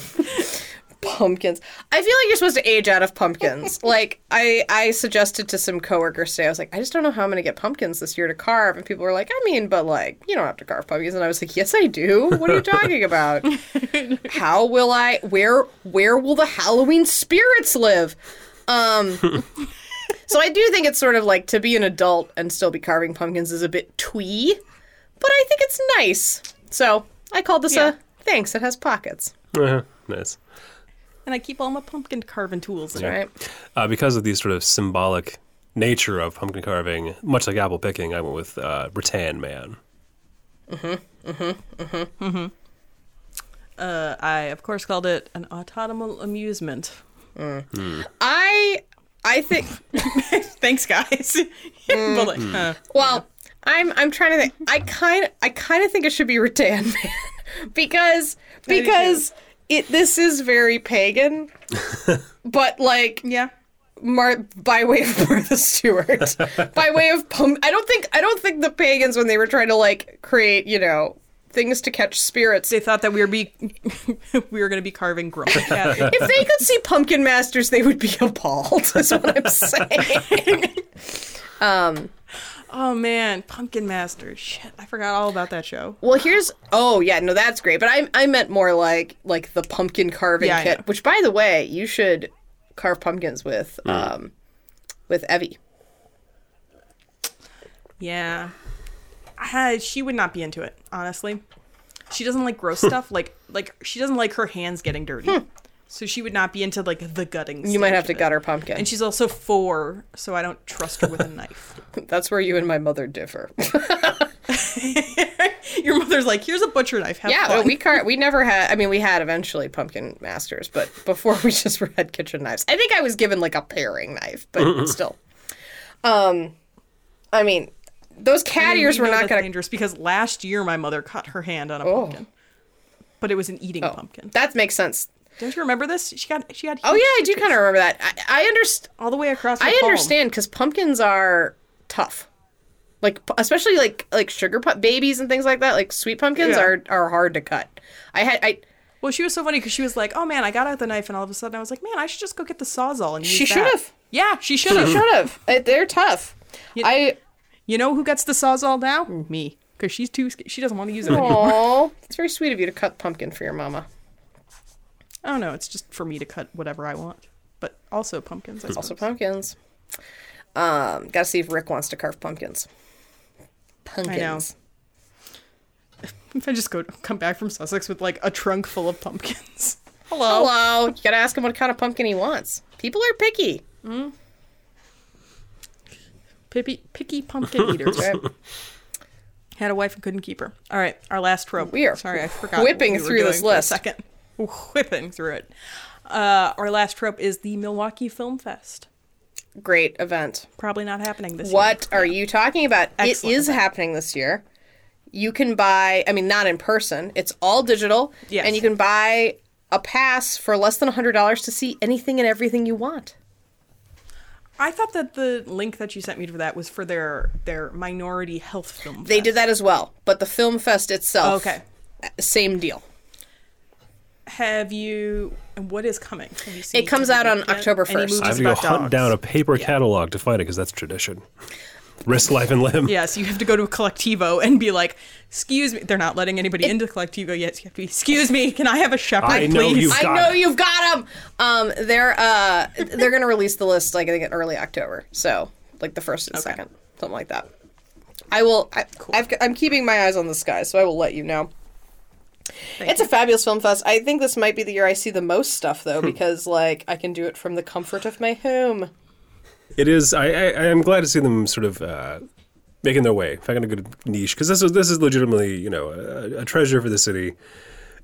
[SPEAKER 3] pumpkins. I feel like you're supposed to age out of pumpkins. like I, I suggested to some coworkers today. I was like, I just don't know how I'm going to get pumpkins this year to carve. And people were like, I mean, but like you don't have to carve pumpkins. And I was like, Yes, I do. What are you talking about? how will I? Where, where will the Halloween spirits live? Um, So I do think it's sort of like to be an adult and still be carving pumpkins is a bit twee, but I think it's nice. So I called this
[SPEAKER 1] Yeah.
[SPEAKER 3] a thanks. It has pockets,
[SPEAKER 2] Uh-huh. nice.
[SPEAKER 1] and I keep all my pumpkin carving tools. in
[SPEAKER 3] right?
[SPEAKER 2] Uh, because of the sort of symbolic nature of pumpkin carving, much like apple picking, I went with uh, rattan man.
[SPEAKER 1] Uh, I of course called it an autonomous amusement.
[SPEAKER 3] I I think
[SPEAKER 1] Thanks, guys. [laughs] Uh, but like, huh.
[SPEAKER 3] well, I'm I'm trying to think. I kind I kind of think it should be rattan man [laughs] because
[SPEAKER 1] do too.
[SPEAKER 3] because it this is very pagan, but like
[SPEAKER 1] yeah.
[SPEAKER 3] Mar- by way of Martha Stewart, by way of pump. I don't think I don't think the pagans when they were trying to like create you know things to catch spirits.
[SPEAKER 1] They thought that we were be [laughs] we were gonna be carving
[SPEAKER 3] [laughs]
[SPEAKER 1] grumpy. Yeah.
[SPEAKER 3] If they could see pumpkin masters, they would be appalled. [laughs] Is what I'm saying.
[SPEAKER 1] oh man, Pumpkin Master. Shit, I forgot all about that show.
[SPEAKER 3] well, here's oh yeah no that's great, but I I meant more like like the pumpkin carving
[SPEAKER 1] Yeah, I know.
[SPEAKER 3] kit, which by the way you should carve pumpkins with um with Evie.
[SPEAKER 1] Yeah. I, she would not be into it, honestly. She doesn't like gross
[SPEAKER 3] Hmm.
[SPEAKER 1] stuff. Like like she doesn't like her hands getting dirty. so she would not be into like the gutting.
[SPEAKER 3] You might have to gut her pumpkin.
[SPEAKER 1] And she's also four, so I don't trust her with a knife.
[SPEAKER 3] [laughs] That's where you and my
[SPEAKER 1] [laughs]
[SPEAKER 3] mother differ.
[SPEAKER 1] Your mother's like, "Here's a butcher knife. Have
[SPEAKER 3] Yeah,
[SPEAKER 1] fun."
[SPEAKER 3] well, we car- we never had. I mean, we had eventually pumpkin masters, but before we [laughs] just had kitchen knives. I think I was given like a paring knife, but still. Um, I mean, those cat
[SPEAKER 1] And we
[SPEAKER 3] ears were
[SPEAKER 1] know
[SPEAKER 3] not Oh.
[SPEAKER 1] that's
[SPEAKER 3] going to.
[SPEAKER 1] dangerous because last year my mother cut her hand on a pumpkin, but it was an
[SPEAKER 3] Oh.
[SPEAKER 1] eating pumpkin.
[SPEAKER 3] That makes sense.
[SPEAKER 1] Don't you remember this? She got she got
[SPEAKER 3] Oh yeah, I do kind of remember that. I, I understand.
[SPEAKER 1] all the way across. Her
[SPEAKER 3] I
[SPEAKER 1] palm.
[SPEAKER 3] understand because pumpkins are tough. Like pu- especially like like sugar pu- babies and things like that. Like sweet pumpkins
[SPEAKER 1] Yeah.
[SPEAKER 3] are are hard to cut. I had I.
[SPEAKER 1] Well, she was so funny because she was like, "Oh man, I got out the knife," and all of a sudden I was like, "Man, I should just go get the sawzall and use
[SPEAKER 3] She
[SPEAKER 1] that."
[SPEAKER 3] should've.
[SPEAKER 1] Yeah, she should [laughs] have.
[SPEAKER 3] Should have. They're tough. I
[SPEAKER 1] you know who gets the sawzall now? Me, because she's too. sca- She doesn't want to use it. anymore.
[SPEAKER 3] Aw, it's very sweet of you to cut pumpkin for your mama.
[SPEAKER 1] I don't know. It's just for me to cut whatever I want, but also pumpkins. I
[SPEAKER 3] Also
[SPEAKER 1] suppose.
[SPEAKER 3] pumpkins. Um, gotta see if Rick wants to carve pumpkins. Pumpkins.
[SPEAKER 1] If I just go [laughs] come back from Sussex with like a trunk full of pumpkins. Hello.
[SPEAKER 3] Hello. Oh, You gotta ask him what kind of pumpkin he wants. People are picky.
[SPEAKER 1] Pippy, picky pumpkin eaters.
[SPEAKER 3] Right?
[SPEAKER 1] Had a wife and couldn't keep her. All right, our last trope.
[SPEAKER 3] We are
[SPEAKER 1] sorry, I forgot.
[SPEAKER 3] whipping
[SPEAKER 1] what we were
[SPEAKER 3] through
[SPEAKER 1] doing
[SPEAKER 3] this
[SPEAKER 1] for a
[SPEAKER 3] list.
[SPEAKER 1] second, whipping through it. Uh, our last trope is the Milwaukee Film Fest.
[SPEAKER 3] Great event.
[SPEAKER 1] Probably not happening this year.
[SPEAKER 3] What are you talking about?
[SPEAKER 1] Excellent
[SPEAKER 3] It is happening this year. You can buy, I mean, not in person, it's all digital.
[SPEAKER 1] Yes.
[SPEAKER 3] And you can buy a pass for less than $100 to see anything and everything you want.
[SPEAKER 1] I thought that the link that you sent me for that was for their their minority health film.
[SPEAKER 3] They
[SPEAKER 1] Fest.
[SPEAKER 3] did that as well, but the film fest itself
[SPEAKER 1] Okay.
[SPEAKER 3] same deal.
[SPEAKER 1] Have you? And what is coming? Have you seen
[SPEAKER 3] It comes out on
[SPEAKER 1] anything yet?
[SPEAKER 3] October
[SPEAKER 1] Any
[SPEAKER 3] 1st.
[SPEAKER 1] movies
[SPEAKER 2] I have to go
[SPEAKER 1] about
[SPEAKER 2] hunt
[SPEAKER 1] dogs?
[SPEAKER 2] down a paper catalog to find it because that's tradition. Risk, life, and limb.
[SPEAKER 1] Yes, you have to go to a collectivo and be like, "Excuse me." They're not letting anybody into collectivo yet. So you have to be, "Excuse me, can I have a shepherd,
[SPEAKER 2] I know
[SPEAKER 1] please?"
[SPEAKER 2] you-
[SPEAKER 3] I
[SPEAKER 2] Got
[SPEAKER 3] know
[SPEAKER 2] it.
[SPEAKER 3] you've got them. Um, they're uh, they're gonna release the list like I think in early October, so like the first and second, something like that. I will. I, I've, I'm keeping my eyes on the sky, so I will let you know. it's a fabulous film fest. I think this might be the year I see the most stuff though,
[SPEAKER 2] Hmm.
[SPEAKER 3] because like I can do it from the comfort of my home.
[SPEAKER 2] It is. I, I I am glad to see them sort of uh, making their way, finding a good niche because this is this is legitimately you know a, a treasure for the city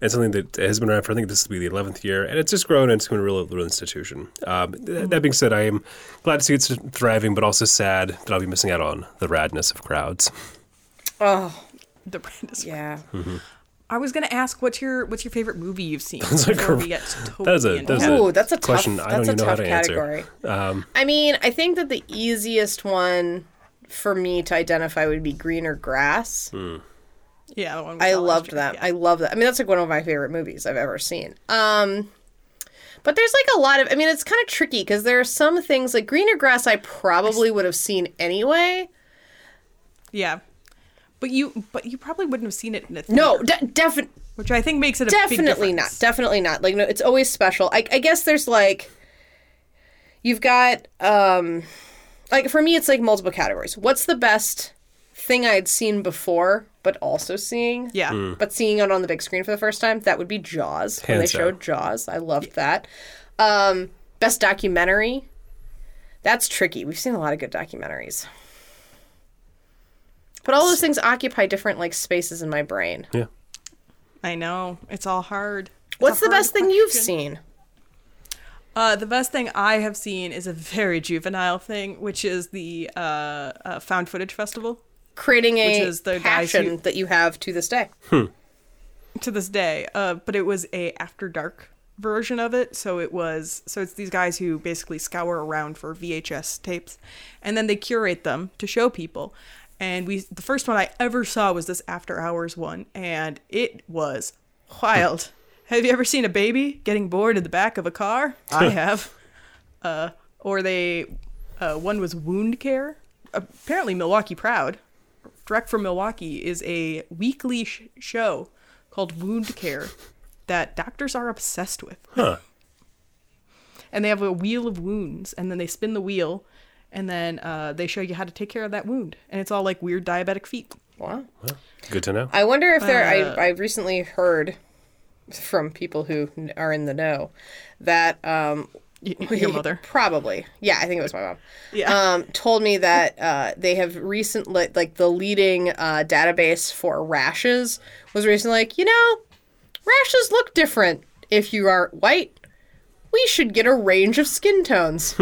[SPEAKER 2] and something that has been around for I think this will be the eleventh year and it's just grown and it's been a real little institution. Um, th- that being said, I am glad to see it's thriving, but also sad that I'll be missing out on the radness of crowds.
[SPEAKER 3] Oh
[SPEAKER 1] The brand is-
[SPEAKER 3] yeah.
[SPEAKER 2] Hmm.
[SPEAKER 1] I was gonna ask, what's your what's your favorite movie you've seen?
[SPEAKER 2] a
[SPEAKER 1] before
[SPEAKER 2] gr-
[SPEAKER 1] we get to totally
[SPEAKER 2] that is a-
[SPEAKER 1] into
[SPEAKER 2] that is
[SPEAKER 1] that?
[SPEAKER 2] a-
[SPEAKER 3] Ooh, that's a
[SPEAKER 2] question
[SPEAKER 3] Tough,
[SPEAKER 2] I don't
[SPEAKER 3] that's a
[SPEAKER 2] even know how
[SPEAKER 3] tough
[SPEAKER 2] to answer. Um,
[SPEAKER 3] category. I mean, I think that the easiest one for me to identify would be greener grass.
[SPEAKER 1] yeah, the one we
[SPEAKER 3] I
[SPEAKER 1] saw last
[SPEAKER 3] loved
[SPEAKER 1] year.
[SPEAKER 3] that.
[SPEAKER 1] Yeah.
[SPEAKER 3] I love that. I mean, that's like one of my favorite movies I've ever seen. Um, but there's like a lot of. I mean, it's kind of tricky because there are some things like greener grass. I probably would have seen anyway.
[SPEAKER 1] yeah, but you but you probably wouldn't have seen it in a theater,
[SPEAKER 3] No, de- definitely.
[SPEAKER 1] which I think makes it a
[SPEAKER 3] definitely
[SPEAKER 1] big
[SPEAKER 3] not
[SPEAKER 1] difference.
[SPEAKER 3] definitely not like no it's always special I, I guess there's like you've got um like for me it's like multiple categories what's the best thing i had seen before but also seeing
[SPEAKER 1] Yeah,
[SPEAKER 2] Hmm.
[SPEAKER 3] but seeing it on the big screen for the first time that would be jaws when they
[SPEAKER 2] Hands
[SPEAKER 3] showed
[SPEAKER 2] down.
[SPEAKER 3] jaws i loved that um best documentary that's tricky we've seen a lot of good documentaries but all those things occupy different like spaces in my brain
[SPEAKER 2] Yeah.
[SPEAKER 1] I know it's all hard. It's
[SPEAKER 3] what's
[SPEAKER 1] a
[SPEAKER 3] the
[SPEAKER 1] hard
[SPEAKER 3] best thing you've
[SPEAKER 1] question.
[SPEAKER 3] seen
[SPEAKER 1] Uh, the best thing I have seen is a very juvenile thing, which is the uh, uh, found footage festival.
[SPEAKER 3] creating a
[SPEAKER 1] Which is the guys
[SPEAKER 3] passion
[SPEAKER 1] who-
[SPEAKER 3] that you have to this
[SPEAKER 2] [laughs]
[SPEAKER 3] day.
[SPEAKER 1] to this day. Uh, but it was a after dark version of it. So it was so it's these guys who basically scour around for VHS tapes, and then they curate them to show people. And we the first one I ever saw was this after hours one, and it was [laughs] wild. have you ever seen a baby getting bored in the back of a car? [laughs] I have. Uh, or they, uh, one was wound care. Apparently, Milwaukee Proud direct from Milwaukee is a weekly sh- show called Wound Care that doctors are obsessed with.
[SPEAKER 2] Huh.
[SPEAKER 1] [laughs] And they have a wheel of wounds, and then they spin the wheel, and then uh, they show you how to take care of that wound. And it's all like weird diabetic feet.
[SPEAKER 3] Wow.
[SPEAKER 2] Good to know.
[SPEAKER 3] I wonder if there.
[SPEAKER 1] Uh.
[SPEAKER 3] I I recently heard from people who n- are in the know that um
[SPEAKER 1] Y- Your
[SPEAKER 3] [laughs]
[SPEAKER 1] mother.
[SPEAKER 3] probably yeah I think it was my mom
[SPEAKER 1] Yeah.
[SPEAKER 3] um told me that uh they have recently like the leading uh database for rashes was recently like you know rashes look different if you are white we should get a range of skin
[SPEAKER 1] [laughs]
[SPEAKER 3] tones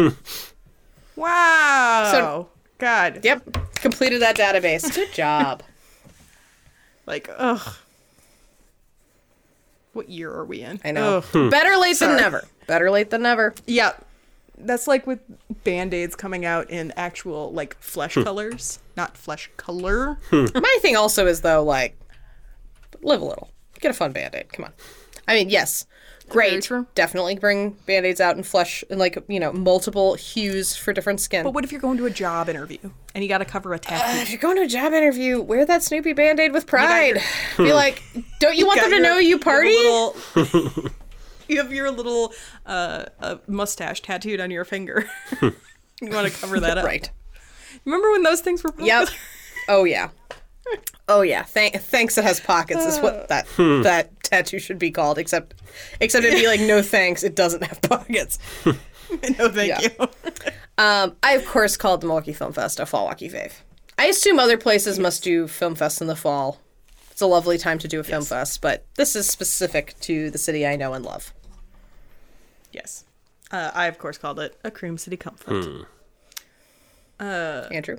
[SPEAKER 1] Wow.
[SPEAKER 3] So-
[SPEAKER 1] God.
[SPEAKER 3] yep completed that database good job
[SPEAKER 1] Like, ugh. What year are we in?
[SPEAKER 3] I know.
[SPEAKER 1] Ugh.
[SPEAKER 3] Better late
[SPEAKER 1] Sorry.
[SPEAKER 3] than never. Better late than never.
[SPEAKER 1] Yeah. That's like with band aids coming out in actual, like, flesh colors, not flesh color.
[SPEAKER 3] My thing also is though, like, live a little. Get a fun band aid. Come on. I mean, yes,
[SPEAKER 1] Very
[SPEAKER 3] great.
[SPEAKER 1] true.
[SPEAKER 3] Definitely bring band aids out and flesh and like you know multiple hues for different skin.
[SPEAKER 1] But what if you're going to a job interview and you got to cover a tattoo?
[SPEAKER 2] Uh,
[SPEAKER 3] if you're going to a job interview, wear that Snoopy band aid with pride. [laughs] Be like, don't you want them to know you
[SPEAKER 1] [laughs]
[SPEAKER 3] party?
[SPEAKER 1] little- you have your little uh, uh, mustache tattooed on your finger.
[SPEAKER 2] Hmm.
[SPEAKER 1] [laughs] you want to cover that up,
[SPEAKER 3] Right.
[SPEAKER 1] Remember when those things were popular? [laughs]
[SPEAKER 3] Yep. Oh yeah. Oh yeah. Thank, thanks. It has pockets. Is what that
[SPEAKER 1] Hmm.
[SPEAKER 3] that tattoo should be called. Except, except it'd be like no thanks. It doesn't have pockets.
[SPEAKER 1] no, thank
[SPEAKER 3] Yeah.
[SPEAKER 1] you.
[SPEAKER 3] Um, I of course called the Milwaukee Film Fest a fall walkie fave. I assume other places must do film fests in the fall. It's a lovely time to do a film fest, but this is specific to the city I know and love.
[SPEAKER 1] yes, uh, I of course called it a Cream City Comfort.
[SPEAKER 2] Hmm. Uh,
[SPEAKER 3] Andrew.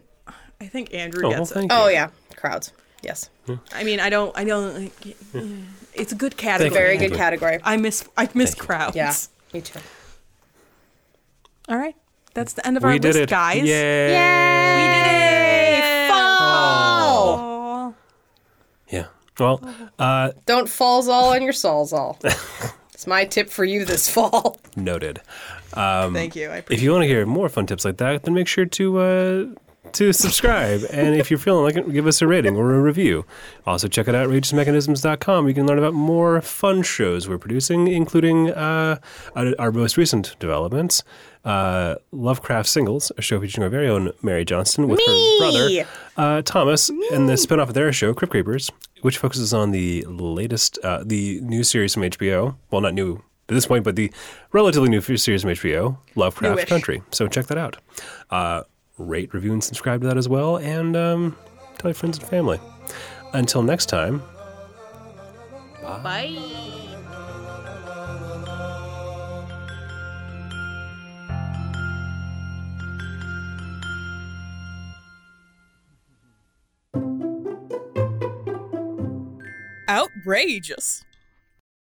[SPEAKER 1] I think Andrew
[SPEAKER 2] oh, well,
[SPEAKER 1] gets it.
[SPEAKER 2] thank you.
[SPEAKER 3] Oh yeah, crowds. Yes,
[SPEAKER 1] I mean, I don't, I don't. like, It's a good category.
[SPEAKER 2] Thank you.
[SPEAKER 3] very
[SPEAKER 2] Thank
[SPEAKER 3] good
[SPEAKER 2] you. [laughs]
[SPEAKER 3] category.
[SPEAKER 1] I miss, I miss crowds.
[SPEAKER 3] Yeah, me too.
[SPEAKER 1] All right, that's the end of our
[SPEAKER 2] we did
[SPEAKER 1] list,
[SPEAKER 2] it,
[SPEAKER 1] guys.
[SPEAKER 2] Yay.
[SPEAKER 1] We did it.
[SPEAKER 3] Fall.
[SPEAKER 1] Aw.
[SPEAKER 2] Yeah. Well, uh,
[SPEAKER 3] Don't falls all on your
[SPEAKER 2] [laughs]
[SPEAKER 3] souls all. it's my tip for you this fall.
[SPEAKER 2] noted.
[SPEAKER 1] Thank you. I
[SPEAKER 2] If
[SPEAKER 1] appreciate
[SPEAKER 2] you want to hear more fun tips like that, then make sure to uh, to subscribe. and if you're feeling like it, give us a rating or a review. Also, check out outrageousmechanisms.com. You can learn about more fun shows we're producing, including uh, our, our most recent developments. Uh, Lovecraft Singles, a show featuring our very own Mary Johnston with her brother uh, Thomas, and the spinoff of their show, Crypt Creepers, which focuses on the latest, uh, the new series from HBO. Well, not new at this point, but the relatively new series from HBO, Lovecraft
[SPEAKER 1] Newish.
[SPEAKER 2] Country. So check that out. Uh, rate, review, and subscribe to that as well, and um, tell your friends and family. Until next time,
[SPEAKER 1] it. Bye. Outrageous.